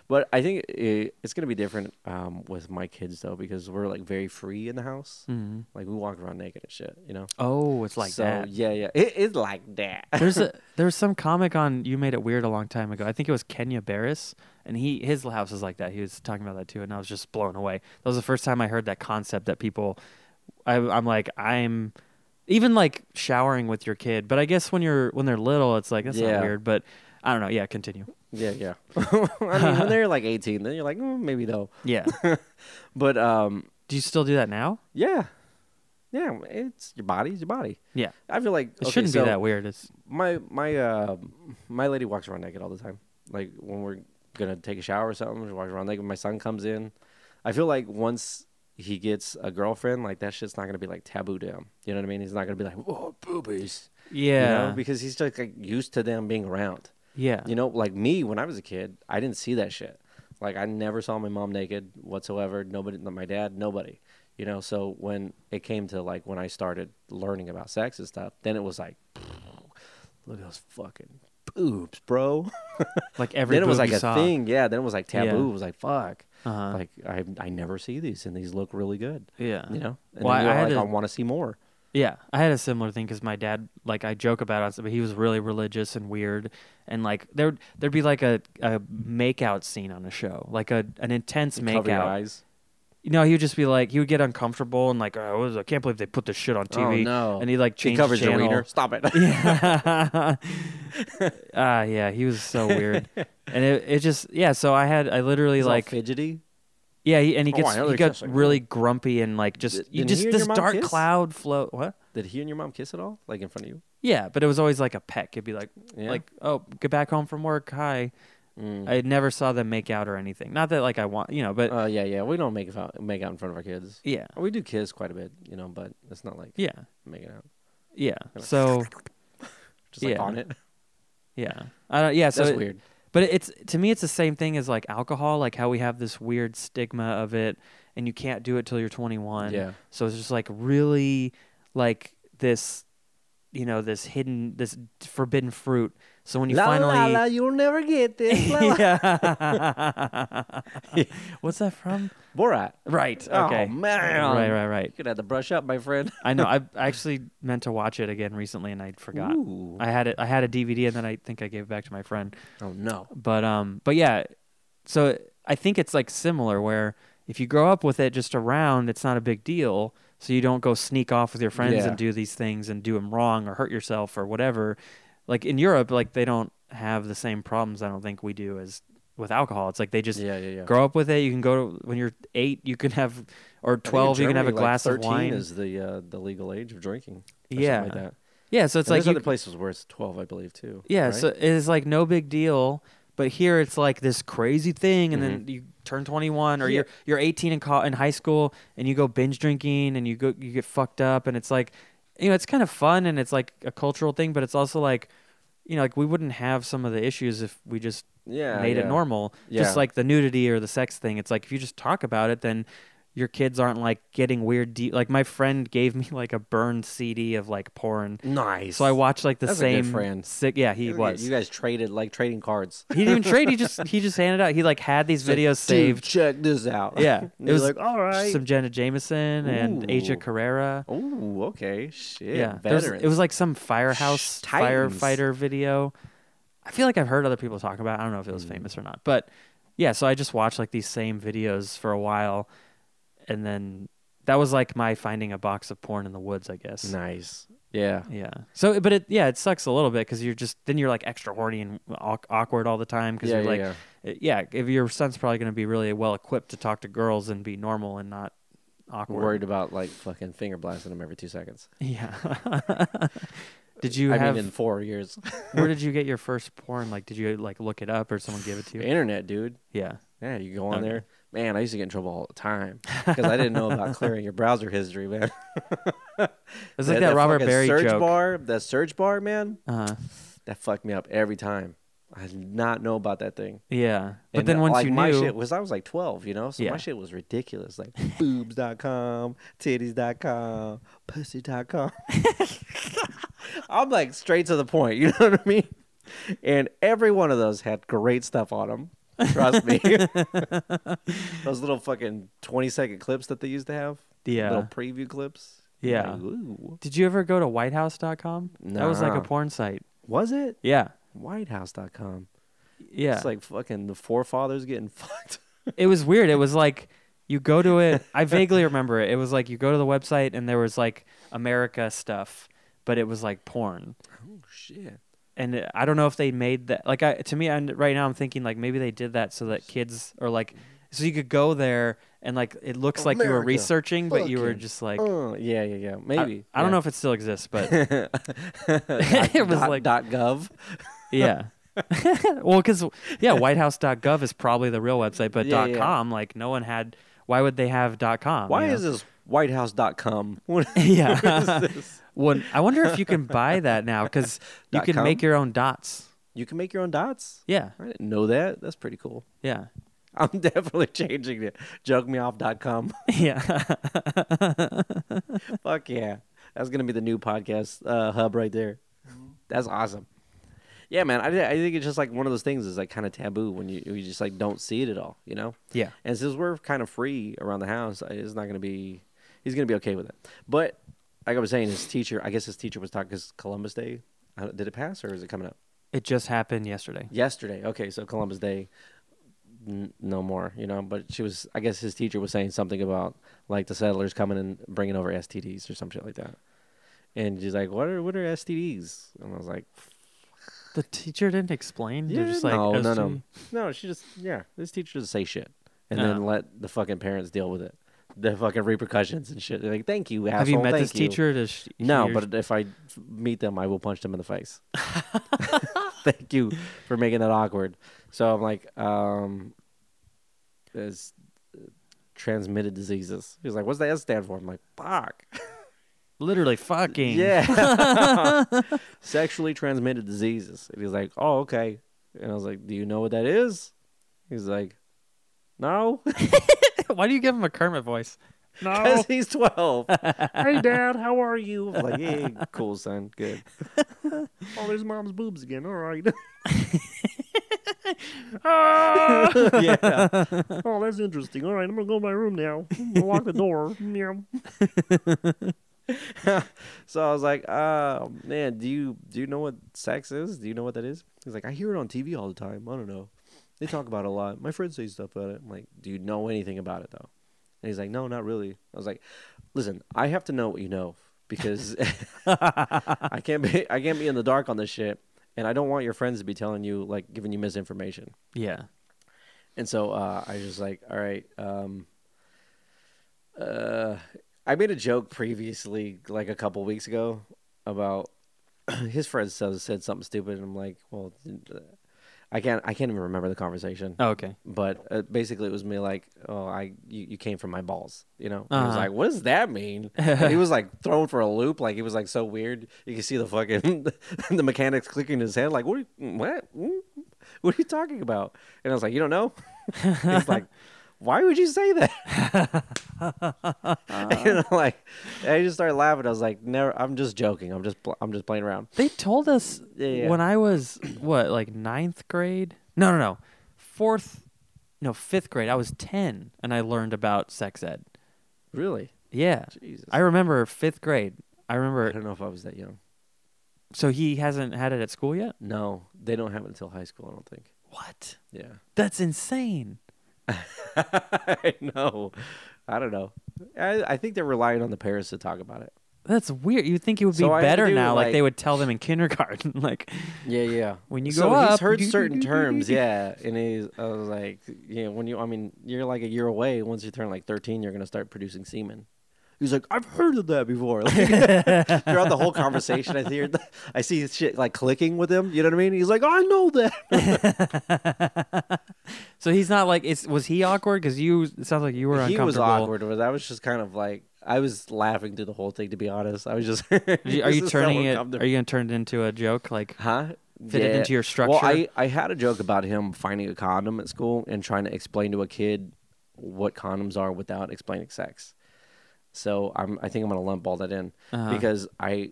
Speaker 1: But I think it, it's gonna be different um, with my kids though because we're like very free in the house.
Speaker 2: Mhm.
Speaker 1: Like we walk around naked and shit, you know.
Speaker 2: Oh, it's like
Speaker 1: Mm-hmm. so,
Speaker 2: that.
Speaker 1: Yeah, yeah. It is like that. [LAUGHS]
Speaker 2: There's a there was some comic on You Made It Weird a long time ago. I think it was Kenya Barris, and he his house is like that. He was talking about that too, and I was just blown away. That was the first time I heard that concept that people. I, I'm like I'm, even like showering with your kid, but I guess when you're when they're little, it's like that's
Speaker 1: Yeah.
Speaker 2: not weird. But I don't know. Yeah, continue.
Speaker 1: yeah,
Speaker 2: [LAUGHS]
Speaker 1: yeah. [LAUGHS] I mean, when they're like 18, then you're like, oh, maybe though. [LAUGHS]
Speaker 2: Yeah.
Speaker 1: But um,
Speaker 2: do you still do that now?
Speaker 1: yeah, yeah. It's your body's your body.
Speaker 2: Yeah.
Speaker 1: I feel like
Speaker 2: It
Speaker 1: okay,
Speaker 2: shouldn't
Speaker 1: so
Speaker 2: be that weird. It's
Speaker 1: My my uh, my lady walks around naked all the time. Like when we're gonna take a shower or something, she walks around naked. My son comes in. I feel like once he gets a girlfriend, like that shit's not gonna be like taboo to him. You know what I mean? He's not gonna be like, oh, boobies.
Speaker 2: yeah,
Speaker 1: You know? Because he's just like used to them being around.
Speaker 2: yeah.
Speaker 1: You know, like me when I was a kid, I didn't see that shit. Like I never saw my mom naked whatsoever. Nobody, my dad, nobody. You know, so when it came to like when I started learning about sex and stuff, then it was like, [SNIFFS] look at those fucking boobs, bro.
Speaker 2: like every
Speaker 1: then it was
Speaker 2: boob
Speaker 1: like
Speaker 2: you
Speaker 1: a
Speaker 2: saw.
Speaker 1: thing, yeah. Then it was like
Speaker 2: Yeah.
Speaker 1: taboo. It was like fuck,
Speaker 2: Uh-huh.
Speaker 1: like I I never see these and these look really good.
Speaker 2: yeah,
Speaker 1: You know, and
Speaker 2: Uh-huh. Well, I-
Speaker 1: then you're
Speaker 2: I had
Speaker 1: like
Speaker 2: to-
Speaker 1: I want to see more.
Speaker 2: Yeah, I had a similar thing because my dad, like, I joke about it, but he was really religious and weird, and like there there'd be like a a makeout scene on a show, like a an intense
Speaker 1: Cover your
Speaker 2: makeout.
Speaker 1: eyes.
Speaker 2: You know, he would just be like, he would get uncomfortable and like, oh, I can't believe they put this shit on TV.
Speaker 1: Oh no!
Speaker 2: And he like
Speaker 1: he
Speaker 2: changed
Speaker 1: covers
Speaker 2: the
Speaker 1: your
Speaker 2: channel.
Speaker 1: wiener. Stop it.
Speaker 2: [LAUGHS]
Speaker 1: [LAUGHS]
Speaker 2: Yeah. Ah, yeah, he was
Speaker 1: [LAUGHS]
Speaker 2: so weird, and it it just yeah. So I had I literally
Speaker 1: He's all
Speaker 2: like
Speaker 1: fidgety.
Speaker 2: yeah, he, and he
Speaker 1: Oh,
Speaker 2: gets
Speaker 1: I know
Speaker 2: he
Speaker 1: they
Speaker 2: got
Speaker 1: kiss like that.
Speaker 2: really grumpy and like just
Speaker 1: Did-
Speaker 2: you
Speaker 1: didn't
Speaker 2: just
Speaker 1: he and
Speaker 2: this
Speaker 1: your mom
Speaker 2: dark
Speaker 1: kiss?
Speaker 2: cloud float. What?
Speaker 1: Did he and your mom kiss at all? Like in front of you?
Speaker 2: Yeah, but it was always like a peck. It'd be like,
Speaker 1: Yeah.
Speaker 2: like, oh, get back home from work. Hi.
Speaker 1: Mm.
Speaker 2: I never saw them make out or anything. Not that like I want, you know, but
Speaker 1: uh, yeah, yeah. We don't make out, make out in front of our kids.
Speaker 2: yeah,
Speaker 1: We do kiss quite a bit, you know, but it's not like
Speaker 2: yeah,
Speaker 1: making out.
Speaker 2: yeah.
Speaker 1: Like-
Speaker 2: So
Speaker 1: Just like
Speaker 2: Yeah.
Speaker 1: on
Speaker 2: [LAUGHS]
Speaker 1: it.
Speaker 2: yeah, I don't. Yeah, so
Speaker 1: That's
Speaker 2: it-
Speaker 1: weird.
Speaker 2: But it's to me, it's the same thing as like alcohol. Like how we have this weird stigma of it, and you can't do it till you're 21.
Speaker 1: Yeah.
Speaker 2: So it's just like really like this, you know, this hidden, this forbidden fruit. So when you finally,
Speaker 1: you'll never get
Speaker 2: [LAUGHS]
Speaker 1: this.
Speaker 2: yeah. [LAUGHS] What's that from?
Speaker 1: Borat.
Speaker 2: Right. Okay.
Speaker 1: Oh man.
Speaker 2: Right, right, right.
Speaker 1: You could have to brush up, my friend.
Speaker 2: I know. I I actually meant to watch it again recently, and I forgot.
Speaker 1: Ooh.
Speaker 2: I had it. I had a DVD, and then I think I gave it back to my friend.
Speaker 1: oh no.
Speaker 2: But um, but yeah. So I think it's like similar, where if you grow up with it just around, it's not a big deal. So you don't go sneak off with your friends
Speaker 1: Yeah.
Speaker 2: and do these things and do them wrong or hurt yourself or whatever. Like in Europe, like they don't have the same problems. I don't think we do as with alcohol. It's like they just
Speaker 1: Yeah, yeah, yeah.
Speaker 2: grow up with it. You can go to when you're eight, you can have or
Speaker 1: I think in
Speaker 2: twelve, you can have a
Speaker 1: Germany, like,
Speaker 2: glass of
Speaker 1: 13
Speaker 2: wine.
Speaker 1: Is the uh, the legal age of drinking? or something
Speaker 2: Yeah.
Speaker 1: like that.
Speaker 2: yeah, so it's
Speaker 1: And
Speaker 2: like
Speaker 1: there's
Speaker 2: you,
Speaker 1: other places where it's 12, I believe, too.
Speaker 2: yeah,
Speaker 1: right?
Speaker 2: so it's like no big deal. But here it's like this crazy thing, and then you turn 21 or
Speaker 1: Mm-hmm. Yeah.
Speaker 2: you're you're 18 in co- in high school, and you go binge drinking, and you go you get fucked up, and it's like, you know, it's kind of fun, and it's like a cultural thing, but it's also like, you know, like we wouldn't have some of the issues if we just
Speaker 1: yeah,
Speaker 2: made it
Speaker 1: yeah.
Speaker 2: normal.
Speaker 1: Yeah.
Speaker 2: Just like the nudity or the sex thing. It's like if you just talk about it, then your kids aren't like getting weird. De- like my friend gave me like a burned CD of like porn,
Speaker 1: Nice.
Speaker 2: so I watched like the
Speaker 1: That's a
Speaker 2: same
Speaker 1: good friend.
Speaker 2: Sick, yeah, he
Speaker 1: You-
Speaker 2: was.
Speaker 1: You guys traded like trading cards.
Speaker 2: he didn't even trade. He just he just handed out. He like had these
Speaker 1: It's like,
Speaker 2: videos
Speaker 1: "Dude,
Speaker 2: saved.
Speaker 1: Check this out. [LAUGHS]
Speaker 2: Yeah,
Speaker 1: And
Speaker 2: it
Speaker 1: you're
Speaker 2: was
Speaker 1: like, all right.
Speaker 2: Some Jenna Jameson and Asia
Speaker 1: Ooh.
Speaker 2: Carrera.
Speaker 1: oh, okay. Shit.
Speaker 2: yeah, there was-
Speaker 1: Veterans.
Speaker 2: it was like some firehouse
Speaker 1: Shh, Titans.
Speaker 2: firefighter video. I feel like I've heard other people talk about. It. I don't know if it was
Speaker 1: Hmm.
Speaker 2: famous or not, but yeah. So I just watched like these same videos for a while, and then that was like my finding a box of porn in the woods, I guess.
Speaker 1: nice. Yeah.
Speaker 2: Yeah. So, but it yeah, it sucks a little bit because you're just then you're like extra horny and awk- awkward all the time because
Speaker 1: Yeah,
Speaker 2: you're
Speaker 1: yeah,
Speaker 2: like it- yeah, if your son's probably going to be really well equipped to talk to girls and be normal and not awkward.
Speaker 1: Worried about like fucking finger blasting them every two seconds.
Speaker 2: [LAUGHS]
Speaker 1: [LAUGHS]
Speaker 2: Yeah. did you
Speaker 1: I
Speaker 2: have?
Speaker 1: mean, in four [LAUGHS] years.
Speaker 2: [LAUGHS] where did you get your first porn? Like, did you like look it up or someone give it to you?
Speaker 1: Internet, dude.
Speaker 2: Yeah.
Speaker 1: Yeah, you go on
Speaker 2: Okay.
Speaker 1: there. Man, I used to get in trouble all the [LAUGHS] time because I didn't know about clearing your browser history, man.
Speaker 2: It's like that, Robert
Speaker 1: fucking
Speaker 2: Barry
Speaker 1: search
Speaker 2: joke.
Speaker 1: bar, that search bar, man,
Speaker 2: Uh-huh.
Speaker 1: that fucked me up every time. I did not know about that thing.
Speaker 2: Yeah. But
Speaker 1: And,
Speaker 2: then
Speaker 1: uh,
Speaker 2: once
Speaker 1: like,
Speaker 2: you
Speaker 1: my
Speaker 2: knew,
Speaker 1: shit was I was like 12, you know? So
Speaker 2: Yeah.
Speaker 1: my shit was ridiculous. Like boobs.com, titties.com, pussy.com. [LAUGHS] I'm [LAUGHS] like straight to the point, you know what I mean? And every one of those had great stuff on them. Trust
Speaker 2: [LAUGHS]
Speaker 1: me. Those little fucking 20 second clips that they used to have.
Speaker 2: Yeah.
Speaker 1: Little preview clips.
Speaker 2: Yeah.
Speaker 1: Like, ooh.
Speaker 2: Did you ever go to whitehouse.com? That was like
Speaker 1: Nah.
Speaker 2: a porn site.
Speaker 1: Was it?
Speaker 2: Yeah.
Speaker 1: Whitehouse.com.
Speaker 2: Yeah.
Speaker 1: It's like fucking the forefathers getting [LAUGHS] fucked.
Speaker 2: it was weird. It was like you go to it. I vaguely remember it. It was like you go to the website and there was like America stuff, but it was like porn.
Speaker 1: oh, shit.
Speaker 2: And it- I don't know if they made that. Like I, to me, I, right now I'm thinking like maybe they did that so that kids or like so you could go there and like it looks like you were
Speaker 1: America.
Speaker 2: researching, but you were
Speaker 1: Fucking-
Speaker 2: just like
Speaker 1: Oh, yeah, yeah, yeah.
Speaker 2: I-
Speaker 1: Maybe.
Speaker 2: I, don't know if it still exists, but
Speaker 1: [LAUGHS] if
Speaker 2: [LAUGHS] it was like-
Speaker 1: dot gov.
Speaker 2: yeah. [LAUGHS] well, because yeah, WhiteHouse.gov is probably the real website, but
Speaker 1: Yeah,
Speaker 2: dot
Speaker 1: yeah.
Speaker 2: .com like no one had. Why would they have dot .com?
Speaker 1: Why
Speaker 2: you know?
Speaker 1: is this whitehouse.com? What
Speaker 2: [LAUGHS] yeah.
Speaker 1: is this?
Speaker 2: Well, I wonder if you can buy that now because you
Speaker 1: Dot
Speaker 2: can
Speaker 1: com?
Speaker 2: make your own dots.
Speaker 1: [LAUGHS] You can make your own dots?
Speaker 2: Yeah,
Speaker 1: I didn't know that. That's pretty cool. [LAUGHS]
Speaker 2: yeah,
Speaker 1: I'm definitely [LAUGHS] changing it. Junkmeoff.com.
Speaker 2: yeah.
Speaker 1: [LAUGHS] Fuck yeah. That's going to be the new podcast uh, hub right there.
Speaker 2: Mm-hmm.
Speaker 1: That's awesome. Yeah, man. I, I think it's just like one of those things is like kind of taboo when you, you just like don't see it at all, you know?
Speaker 2: yeah.
Speaker 1: And since we're kind of free around the house, it's not going to be, he's going to be okay with it. But like I was saying, his teacher, I guess his teacher was talking because Columbus Day, I don't- did it pass or is it coming up?
Speaker 2: It just happened yesterday.
Speaker 1: yesterday. Okay, so Columbus Day, n- no more. You know, but she was. I guess his teacher was saying something about like the settlers coming and bringing over STDs or some shit like that. And she's like, "What are what are STDs?" And I was like,
Speaker 2: The teacher didn't explain. They're
Speaker 1: "Yeah,
Speaker 2: just like,
Speaker 1: no, no, no,
Speaker 2: "Assume-"
Speaker 1: no." She just yeah, this teacher just say shit and
Speaker 2: Oh.
Speaker 1: then let the fucking parents deal with it, the fucking repercussions and shit. They're like, "Thank you,
Speaker 2: Have you
Speaker 1: asshole,
Speaker 2: met
Speaker 1: thank
Speaker 2: this teacher? Does she-
Speaker 1: No,
Speaker 2: here's-
Speaker 1: but if I meet them, I will punch them in the
Speaker 2: [LAUGHS]
Speaker 1: face. [LAUGHS] Thank you for making that awkward. So I'm like, um, there's uh, transmitted diseases. He was like, what's the S stand for? I'm like, fuck.
Speaker 2: literally fucking.
Speaker 1: Yeah. Sexually transmitted diseases. And he's like, oh, okay. And I was like, do you know what that is? He's like, no,
Speaker 2: [LAUGHS]
Speaker 1: [LAUGHS]
Speaker 2: Why do you give him a Kermit voice? [LAUGHS]
Speaker 1: because he's 12. hey, Dad, how are you? I'm like, hey, cool, son, good. oh, there's mom's boobs again. All right. [LAUGHS] yeah. Oh, that's interesting. All right, I'm gonna go to my room now. Lock the door. Meow. so I was like, uh, man, do you do you know what sex is? Do you know what that is? He's like, I hear it on TV all the time. I don't know. They talk about it a lot. My friends say stuff about it. I'm like, do you know anything about it though? And he's like, no, not really. I was like, listen, I have to know what you know because [LAUGHS] I can't be I can't be in the dark on this shit, and I don't want your friends to be telling you like giving you misinformation.
Speaker 2: yeah.
Speaker 1: And so uh, I was just like, all right. Um, uh, I made a joke previously, like a couple weeks ago, about [CLEARS THROAT] his friend says, said something stupid, and I'm like, well, I can't I can't even remember the conversation.
Speaker 2: Oh, okay.
Speaker 1: But uh, basically, it was me like, oh, I you, you came from my balls, you know. And I was
Speaker 2: Uh-huh.
Speaker 1: like, what does that mean? and he was like thrown for a loop, like he was like so weird. You can see the fucking [LAUGHS] the mechanics clicking his head, like what? Are you, what? Hmm? What are you talking about? And I was like, you don't know. [LAUGHS] He's like, why would you say that? [LAUGHS] and I'm like, and I just started laughing. I was like, never. I'm just joking. I'm just pl- I'm just playing around.
Speaker 2: They told us
Speaker 1: Yeah, yeah.
Speaker 2: when I was what, like ninth grade? No, no, no, fourth, no, fifth grade. I was ten, and I learned about sex ed.
Speaker 1: Really?
Speaker 2: Yeah,
Speaker 1: Jesus.
Speaker 2: I remember fifth grade.
Speaker 1: I
Speaker 2: I remember.
Speaker 1: don't know if I was that young.
Speaker 2: So he hasn't had it at school yet.
Speaker 1: No, they don't have it until high school. I don't think.
Speaker 2: What?
Speaker 1: Yeah.
Speaker 2: That's insane.
Speaker 1: [LAUGHS] I know. I don't know. I, I think they're relying on the parents to talk about it.
Speaker 2: That's weird. You'd think it would be
Speaker 1: So I had to
Speaker 2: better
Speaker 1: do,
Speaker 2: now. Like, they
Speaker 1: like-
Speaker 2: would tell them in kindergarten. [LAUGHS] like,
Speaker 1: Yeah, yeah.
Speaker 2: When you
Speaker 1: so
Speaker 2: go
Speaker 1: he's
Speaker 2: up,
Speaker 1: heard
Speaker 2: do- do-
Speaker 1: certain [LAUGHS]
Speaker 2: do- do-
Speaker 1: terms,
Speaker 2: do- do.
Speaker 1: yeah, and he's I was like, yeah, when you, I mean, you're like a year away. Once you turn like 13, you're gonna start producing semen. He's like, I've heard of that before. [LAUGHS] Like, throughout the whole conversation, I hear, I see shit like clicking with him. You know what I mean? He's like, I know that.
Speaker 2: so he's not like. It's was he awkward? Because you it sounds like you
Speaker 1: [LAUGHS]
Speaker 2: were
Speaker 1: he
Speaker 2: uncomfortable.
Speaker 1: was awkward with. it. I was just kind of like, I was laughing through the whole thing. To be honest, I was just. [LAUGHS] are
Speaker 2: Are you, are you turning it? Are you gonna turn it into a joke? Like,
Speaker 1: [LAUGHS] Huh?
Speaker 2: Fit it into your
Speaker 1: Well,
Speaker 2: structure?
Speaker 1: I, I had a joke about him finding a condom at school and trying to explain to a kid what condoms are without explaining sex. So I'm I think I'm gonna lump all that in
Speaker 2: Uh-huh.
Speaker 1: because I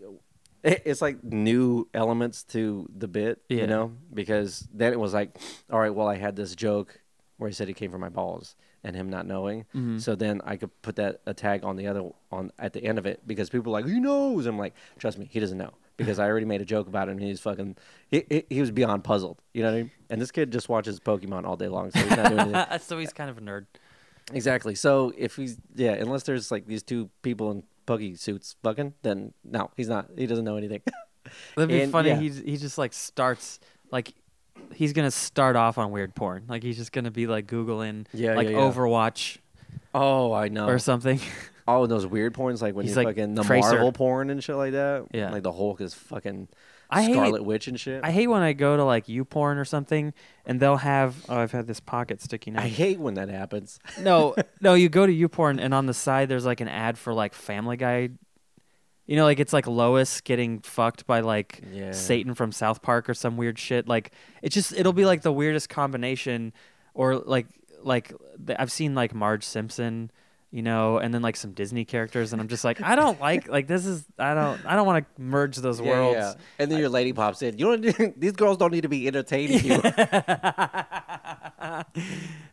Speaker 1: it- it's like new elements to the bit,
Speaker 2: Yeah.
Speaker 1: you know? Because then it was like, all right, well, I had this joke where he said he came from my balls and him not knowing. So then I could put that a tag on the other on at the end of it because people are like, he knows. I'm like, trust me, he doesn't [LAUGHS] know because I already made a joke about it and he's fucking, he, he, he was beyond puzzled. You know what I mean? And this kid just watches Pokemon all day long, so he's not doing [LAUGHS] anything.
Speaker 2: so he's kind of a nerd.
Speaker 1: Exactly. So if he's yeah, unless there's like these two people in puggy suits fucking, then no, he's not. He doesn't know anything. [LAUGHS]
Speaker 2: That'd be
Speaker 1: And,
Speaker 2: funny.
Speaker 1: yeah.
Speaker 2: He he just like starts like he's gonna start off on weird porn. Like he's just gonna be like googling
Speaker 1: Yeah,
Speaker 2: like
Speaker 1: yeah, yeah.
Speaker 2: Overwatch
Speaker 1: oh, I know.
Speaker 2: or something. [LAUGHS]
Speaker 1: All of Oh, those weird porns, like when
Speaker 2: He's
Speaker 1: you
Speaker 2: like
Speaker 1: fucking the
Speaker 2: Tracer.
Speaker 1: Marvel porn and shit like that.
Speaker 2: Yeah.
Speaker 1: Like the Hulk is fucking
Speaker 2: I hate-
Speaker 1: Scarlet Witch and [LAUGHS] shit.
Speaker 2: I hate when I go to like YouPorn or something and they'll have oh I've had this pocket sticking out.
Speaker 1: I hate when that happens.
Speaker 2: [LAUGHS] no, no, you go to YouPorn and on the side there's like an ad for like Family Guy. You know, like it's like Lois getting fucked by like
Speaker 1: Yeah.
Speaker 2: Satan from South Park or some weird shit. Like it just it'll be like the weirdest combination, or like like th- I've seen like Marge Simpson, you know, and then like some Disney characters, and I'm just like I don't like like this is I don't I don't want to merge those
Speaker 1: [LAUGHS] Yeah,
Speaker 2: worlds.
Speaker 1: yeah. And then your lady pops in. You don't. these girls don't need [LAUGHS] to be entertaining
Speaker 2: [LAUGHS]
Speaker 1: you.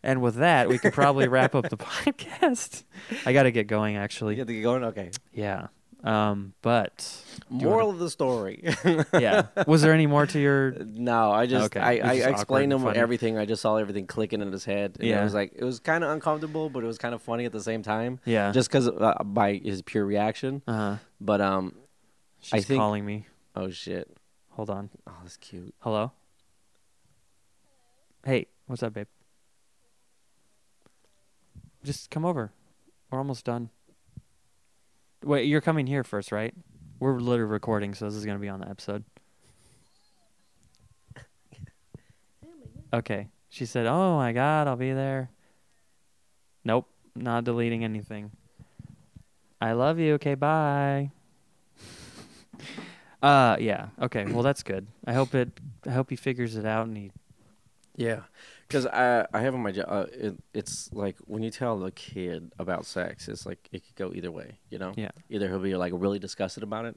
Speaker 2: And with that, we could probably
Speaker 1: [LAUGHS]
Speaker 2: wrap up the podcast. I got to get going actually.
Speaker 1: you have to get going. Okay.
Speaker 2: Yeah. Um, but do you
Speaker 1: Moral of the
Speaker 2: [LAUGHS]
Speaker 1: story. [LAUGHS]
Speaker 2: wanna- yeah. Was there any more to your?
Speaker 1: No, I just
Speaker 2: Okay.
Speaker 1: I,
Speaker 2: It was
Speaker 1: I
Speaker 2: just awkward
Speaker 1: explained
Speaker 2: and
Speaker 1: him
Speaker 2: funny.
Speaker 1: everything. I just saw everything clicking in his head. And
Speaker 2: Yeah.
Speaker 1: it was like it was kind of uncomfortable, but it was kind of funny at the same time.
Speaker 2: Yeah.
Speaker 1: [LAUGHS] just because uh, by his pure reaction.
Speaker 2: Uh huh.
Speaker 1: But um,
Speaker 2: She's
Speaker 1: I think-
Speaker 2: calling me.
Speaker 1: oh shit,
Speaker 2: Hold on.
Speaker 1: oh that's cute.
Speaker 2: Hello. Hey, what's up, babe? Just come over. We're almost done. Wait, you're coming here first, right? We're literally recording, so this is gonna be on the episode. Okay. She said, "Oh my God, I'll be there." Nope, not deleting anything. I love you. Okay, bye. uh, yeah. Okay. Well, that's good. I hope it. I hope he figures it out and he.
Speaker 1: Yeah, because I I have on my job. Uh, it, it's like when you tell the kid about sex, it's like it could go either way. You know.
Speaker 2: Yeah.
Speaker 1: Either he'll be like really disgusted about it,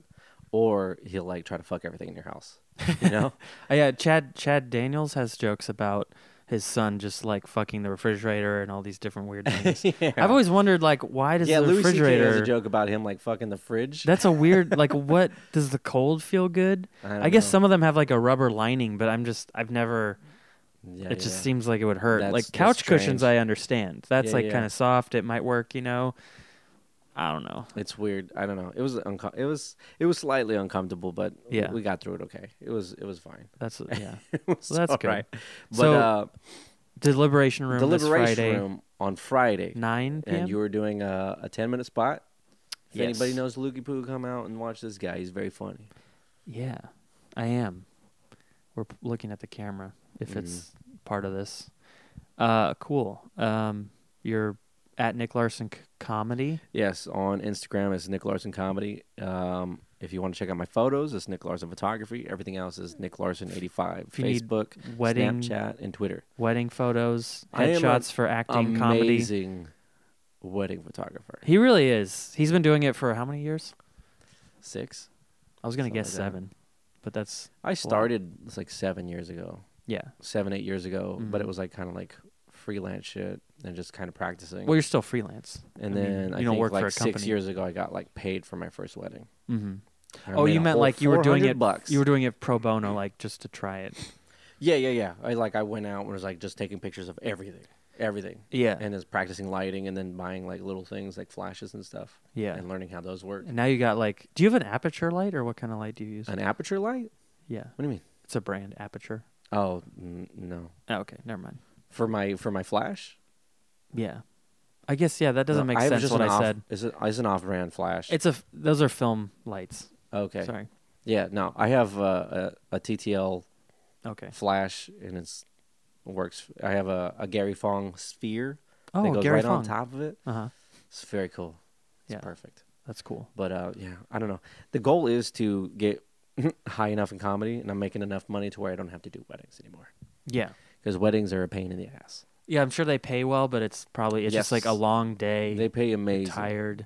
Speaker 1: or he'll like try to fuck everything in your house. You
Speaker 2: [LAUGHS]
Speaker 1: know.
Speaker 2: Uh, yeah, Chad. Chad Daniels has jokes about his son just like fucking the refrigerator and all these
Speaker 1: [LAUGHS]
Speaker 2: different weird things. I've always wondered like why does
Speaker 1: yeah,
Speaker 2: the
Speaker 1: Louis C.K.
Speaker 2: refrigerator?
Speaker 1: has a joke about him like fucking the fridge.
Speaker 2: That's
Speaker 1: [LAUGHS]
Speaker 2: a weird like what does the cold feel good?
Speaker 1: I don't
Speaker 2: guess
Speaker 1: know.
Speaker 2: some of them have like a rubber lining, but I'm just I've never
Speaker 1: yeah,
Speaker 2: it just
Speaker 1: yeah.
Speaker 2: seems like it would hurt.
Speaker 1: That's-
Speaker 2: like
Speaker 1: that's
Speaker 2: couch cushions
Speaker 1: strange.
Speaker 2: I understand. That's
Speaker 1: Yeah,
Speaker 2: like
Speaker 1: yeah.
Speaker 2: kind of soft, it might work, you know. I don't know.
Speaker 1: It's weird. I don't know. It was unco- it was it was slightly uncomfortable, but w-
Speaker 2: Yeah.
Speaker 1: we got through it okay. It was it was fine. [LAUGHS]
Speaker 2: That's yeah.
Speaker 1: It was
Speaker 2: Well, that's
Speaker 1: all
Speaker 2: good.
Speaker 1: right. But
Speaker 2: So,
Speaker 1: uh,
Speaker 2: Deliberation room this
Speaker 1: deliberation
Speaker 2: Friday,
Speaker 1: room on Friday,
Speaker 2: 9 p.m.
Speaker 1: and you were doing a, a ten minute spot. If
Speaker 2: Yes.
Speaker 1: anybody knows Lukey Poo, come out and watch this guy. He's very funny.
Speaker 2: Yeah, I am. We're p- looking at the camera if
Speaker 1: Mm-hmm.
Speaker 2: it's part of this. Uh, cool. Um, you're at Nick Larson c- comedy.
Speaker 1: Yes, on Instagram it's Nick Larson Comedy. Um, if you want to check out my photos, it's Nick Larson Photography. Everything else is Nick Larson eighty five.
Speaker 2: If you need
Speaker 1: Facebook,
Speaker 2: wedding-
Speaker 1: Snapchat, and Twitter.
Speaker 2: Wedding photos,
Speaker 1: I am a-
Speaker 2: headshots for acting, comedy.
Speaker 1: Amazing wedding photographer.
Speaker 2: He really is. He's been doing it for how many years?
Speaker 1: Six.
Speaker 2: I was gonna
Speaker 1: Something
Speaker 2: guess
Speaker 1: like that.
Speaker 2: seven, but that's
Speaker 1: I started it's like seven years ago,
Speaker 2: yeah.
Speaker 1: seven eight years ago, but
Speaker 2: Mhm.
Speaker 1: it was like kind of like freelance shit and just kind of practicing.
Speaker 2: Well, you're still freelance.
Speaker 1: and
Speaker 2: I mean,
Speaker 1: then I
Speaker 2: you
Speaker 1: think
Speaker 2: don't work for
Speaker 1: like
Speaker 2: a
Speaker 1: six
Speaker 2: company.
Speaker 1: years ago, I got like paid for my first wedding.
Speaker 2: Mm-hmm.
Speaker 1: I
Speaker 2: Oh,
Speaker 1: made
Speaker 2: you
Speaker 1: a
Speaker 2: meant
Speaker 1: whole
Speaker 2: like you were doing
Speaker 1: 400
Speaker 2: it.
Speaker 1: Bucks. Mm-hmm.
Speaker 2: You were doing it pro bono, like just to try it.
Speaker 1: yeah, yeah, yeah. I like I went out and was like just taking pictures of everything, everything,
Speaker 2: Yeah.
Speaker 1: and is practicing lighting and then buying like little things like flashes and stuff.
Speaker 2: Yeah.
Speaker 1: and learning how those work.
Speaker 2: and now you got like, do you have an aperture light or what kind of light do you use?
Speaker 1: An aperture light?
Speaker 2: yeah.
Speaker 1: What do you mean?
Speaker 2: It's a brand, Aperture.
Speaker 1: Oh n- no,
Speaker 2: Oh, okay, never mind.
Speaker 1: for my for my flash.
Speaker 2: Yeah, I guess yeah, that doesn't
Speaker 1: No,
Speaker 2: make
Speaker 1: I have
Speaker 2: sense.
Speaker 1: just
Speaker 2: What
Speaker 1: an
Speaker 2: I
Speaker 1: off-
Speaker 2: said.
Speaker 1: It's, a, it's an off-brand flash.
Speaker 2: It's a f- those are film lights.
Speaker 1: okay.
Speaker 2: Sorry.
Speaker 1: Yeah, no, I have uh, a, a TTL
Speaker 2: Okay.
Speaker 1: flash, and it's works. I have a, a Gary Fong sphere
Speaker 2: Oh,
Speaker 1: that goes
Speaker 2: Gary
Speaker 1: right
Speaker 2: Fong.
Speaker 1: on top of it.
Speaker 2: Uh huh.
Speaker 1: It's very cool. It's
Speaker 2: Yeah.
Speaker 1: perfect.
Speaker 2: That's cool.
Speaker 1: But uh, yeah, I don't know. The goal is to get [LAUGHS] high enough in comedy, and I'm making enough money to where I don't have to do weddings anymore.
Speaker 2: Yeah.
Speaker 1: Because weddings are a pain in the ass.
Speaker 2: Yeah, I'm sure they pay well, but it's probably it's just like a
Speaker 1: Yes.
Speaker 2: long day.
Speaker 1: They pay amazing.
Speaker 2: tired.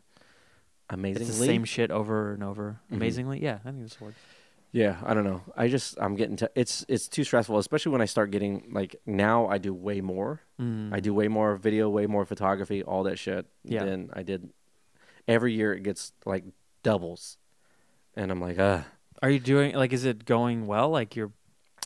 Speaker 1: Amazingly, Mm-hmm.
Speaker 2: It's the same shit over and over. Amazingly, yeah, I think it's word.
Speaker 1: Yeah, I don't know. I just I'm getting to it's it's too stressful, especially when I start getting like now I do way more.
Speaker 2: Mm.
Speaker 1: I do way more video, way more photography, all that shit
Speaker 2: Yeah.
Speaker 1: than I did. Every year it gets like doubles, and I'm like, ah,
Speaker 2: Are you doing like? Is it going well? Like you're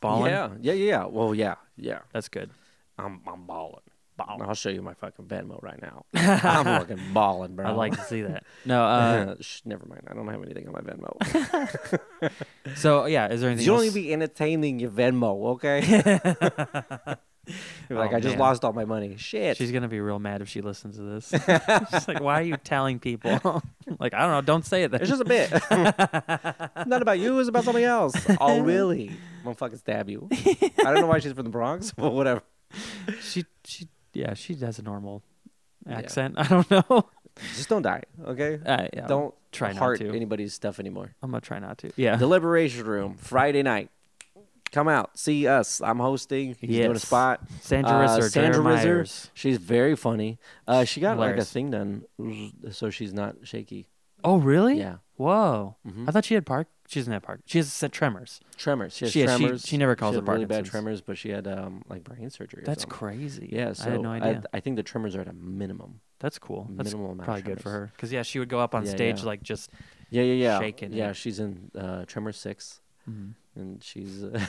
Speaker 2: balling.
Speaker 1: yeah, yeah, yeah, yeah. Well, yeah, yeah.
Speaker 2: that's good.
Speaker 1: I'm I'm balling. I'll show you my fucking Venmo right
Speaker 2: [LAUGHS]
Speaker 1: now. I'm fucking balling, bro. [LAUGHS]
Speaker 2: I like to see that. [LAUGHS] No, uh,
Speaker 1: Shh, never mind. I don't have anything on my Venmo.
Speaker 2: so yeah, is there anything?
Speaker 1: You'll
Speaker 2: else?
Speaker 1: only be entertaining your Venmo,
Speaker 2: [LAUGHS]
Speaker 1: okay? You're like
Speaker 2: Oh,
Speaker 1: I just
Speaker 2: man.
Speaker 1: lost all my money. Shit.
Speaker 2: She's gonna be real mad if she listens
Speaker 1: [LAUGHS]
Speaker 2: to this. She's like, "Why are you telling people?" like, I don't know. Don't say it. Then.
Speaker 1: It's just a
Speaker 2: [LAUGHS]
Speaker 1: bit. Not about you. It's about something else. Oh, really? I'm gonna fucking stab you. I don't know why she's from the Bronx, but whatever.
Speaker 2: [LAUGHS] she, she, yeah, she has a normal
Speaker 1: Yeah.
Speaker 2: accent. [LAUGHS] I don't know.
Speaker 1: Just don't die, okay?
Speaker 2: Uh, yeah,
Speaker 1: don't
Speaker 2: try not
Speaker 1: heart
Speaker 2: to.
Speaker 1: anybody's stuff anymore.
Speaker 2: I'm gonna try not to. Yeah.
Speaker 1: The Liberation Room, Friday night. Come out, see us. I'm hosting. He's doing a
Speaker 2: Yes.
Speaker 1: spot.
Speaker 2: Sandra
Speaker 1: Uh,
Speaker 2: Risser,
Speaker 1: Sandra
Speaker 2: Jerry
Speaker 1: Risser,
Speaker 2: Myers.
Speaker 1: She's very funny. Uh, she got like a
Speaker 2: Hilarious.
Speaker 1: thing done, so she's not shaky.
Speaker 2: Oh, really?
Speaker 1: Yeah.
Speaker 2: Whoa.
Speaker 1: Mhm.
Speaker 2: I thought she had park. She doesn't have park. She has s- tremors.
Speaker 1: Tremors. She has
Speaker 2: She- she-
Speaker 1: tremors.
Speaker 2: she never calls
Speaker 1: she
Speaker 2: it
Speaker 1: had really bad
Speaker 2: Parkinson's.
Speaker 1: tremors, but she had um, like brain surgery. Or
Speaker 2: That's
Speaker 1: something.
Speaker 2: crazy.
Speaker 1: Yeah, so
Speaker 2: I had no idea.
Speaker 1: I, think the tremors are at a minimum.
Speaker 2: That's cool. That's
Speaker 1: minimal amount of
Speaker 2: probably good for
Speaker 1: tremors.
Speaker 2: her. Because yeah, she would go up on
Speaker 1: Yeah,
Speaker 2: stage
Speaker 1: yeah.
Speaker 2: like just.
Speaker 1: Yeah, yeah, yeah.
Speaker 2: Shaking
Speaker 1: Yeah,
Speaker 2: it.
Speaker 1: she's in uh, Tremor Six, and she's uh,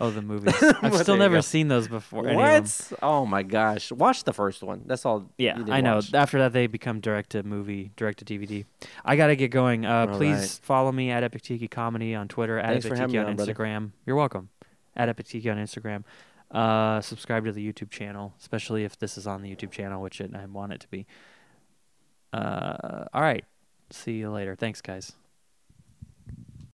Speaker 2: Oh,
Speaker 1: [LAUGHS]
Speaker 2: the movies.
Speaker 1: Well,
Speaker 2: I've still
Speaker 1: there you
Speaker 2: never
Speaker 1: go.
Speaker 2: seen those before. any of them.
Speaker 1: [LAUGHS] what? Oh my gosh! Watch the first one. That's all.
Speaker 2: Yeah,
Speaker 1: you need
Speaker 2: I
Speaker 1: to
Speaker 2: know.
Speaker 1: watch.
Speaker 2: After that, they become direct to movie, direct to DVD. I gotta get going. Uh,
Speaker 1: All
Speaker 2: please
Speaker 1: right.
Speaker 2: follow me at Epic Tiki Comedy on Twitter, at
Speaker 1: Thanks for
Speaker 2: Epic
Speaker 1: having
Speaker 2: Tiki
Speaker 1: me
Speaker 2: on
Speaker 1: on, brother.
Speaker 2: Instagram. You're welcome. At Epic Tiki on Instagram. Uh, subscribe to the YouTube channel, especially if this is on the YouTube channel, which it, I want it to be. Uh, all right. See you later. Thanks, guys.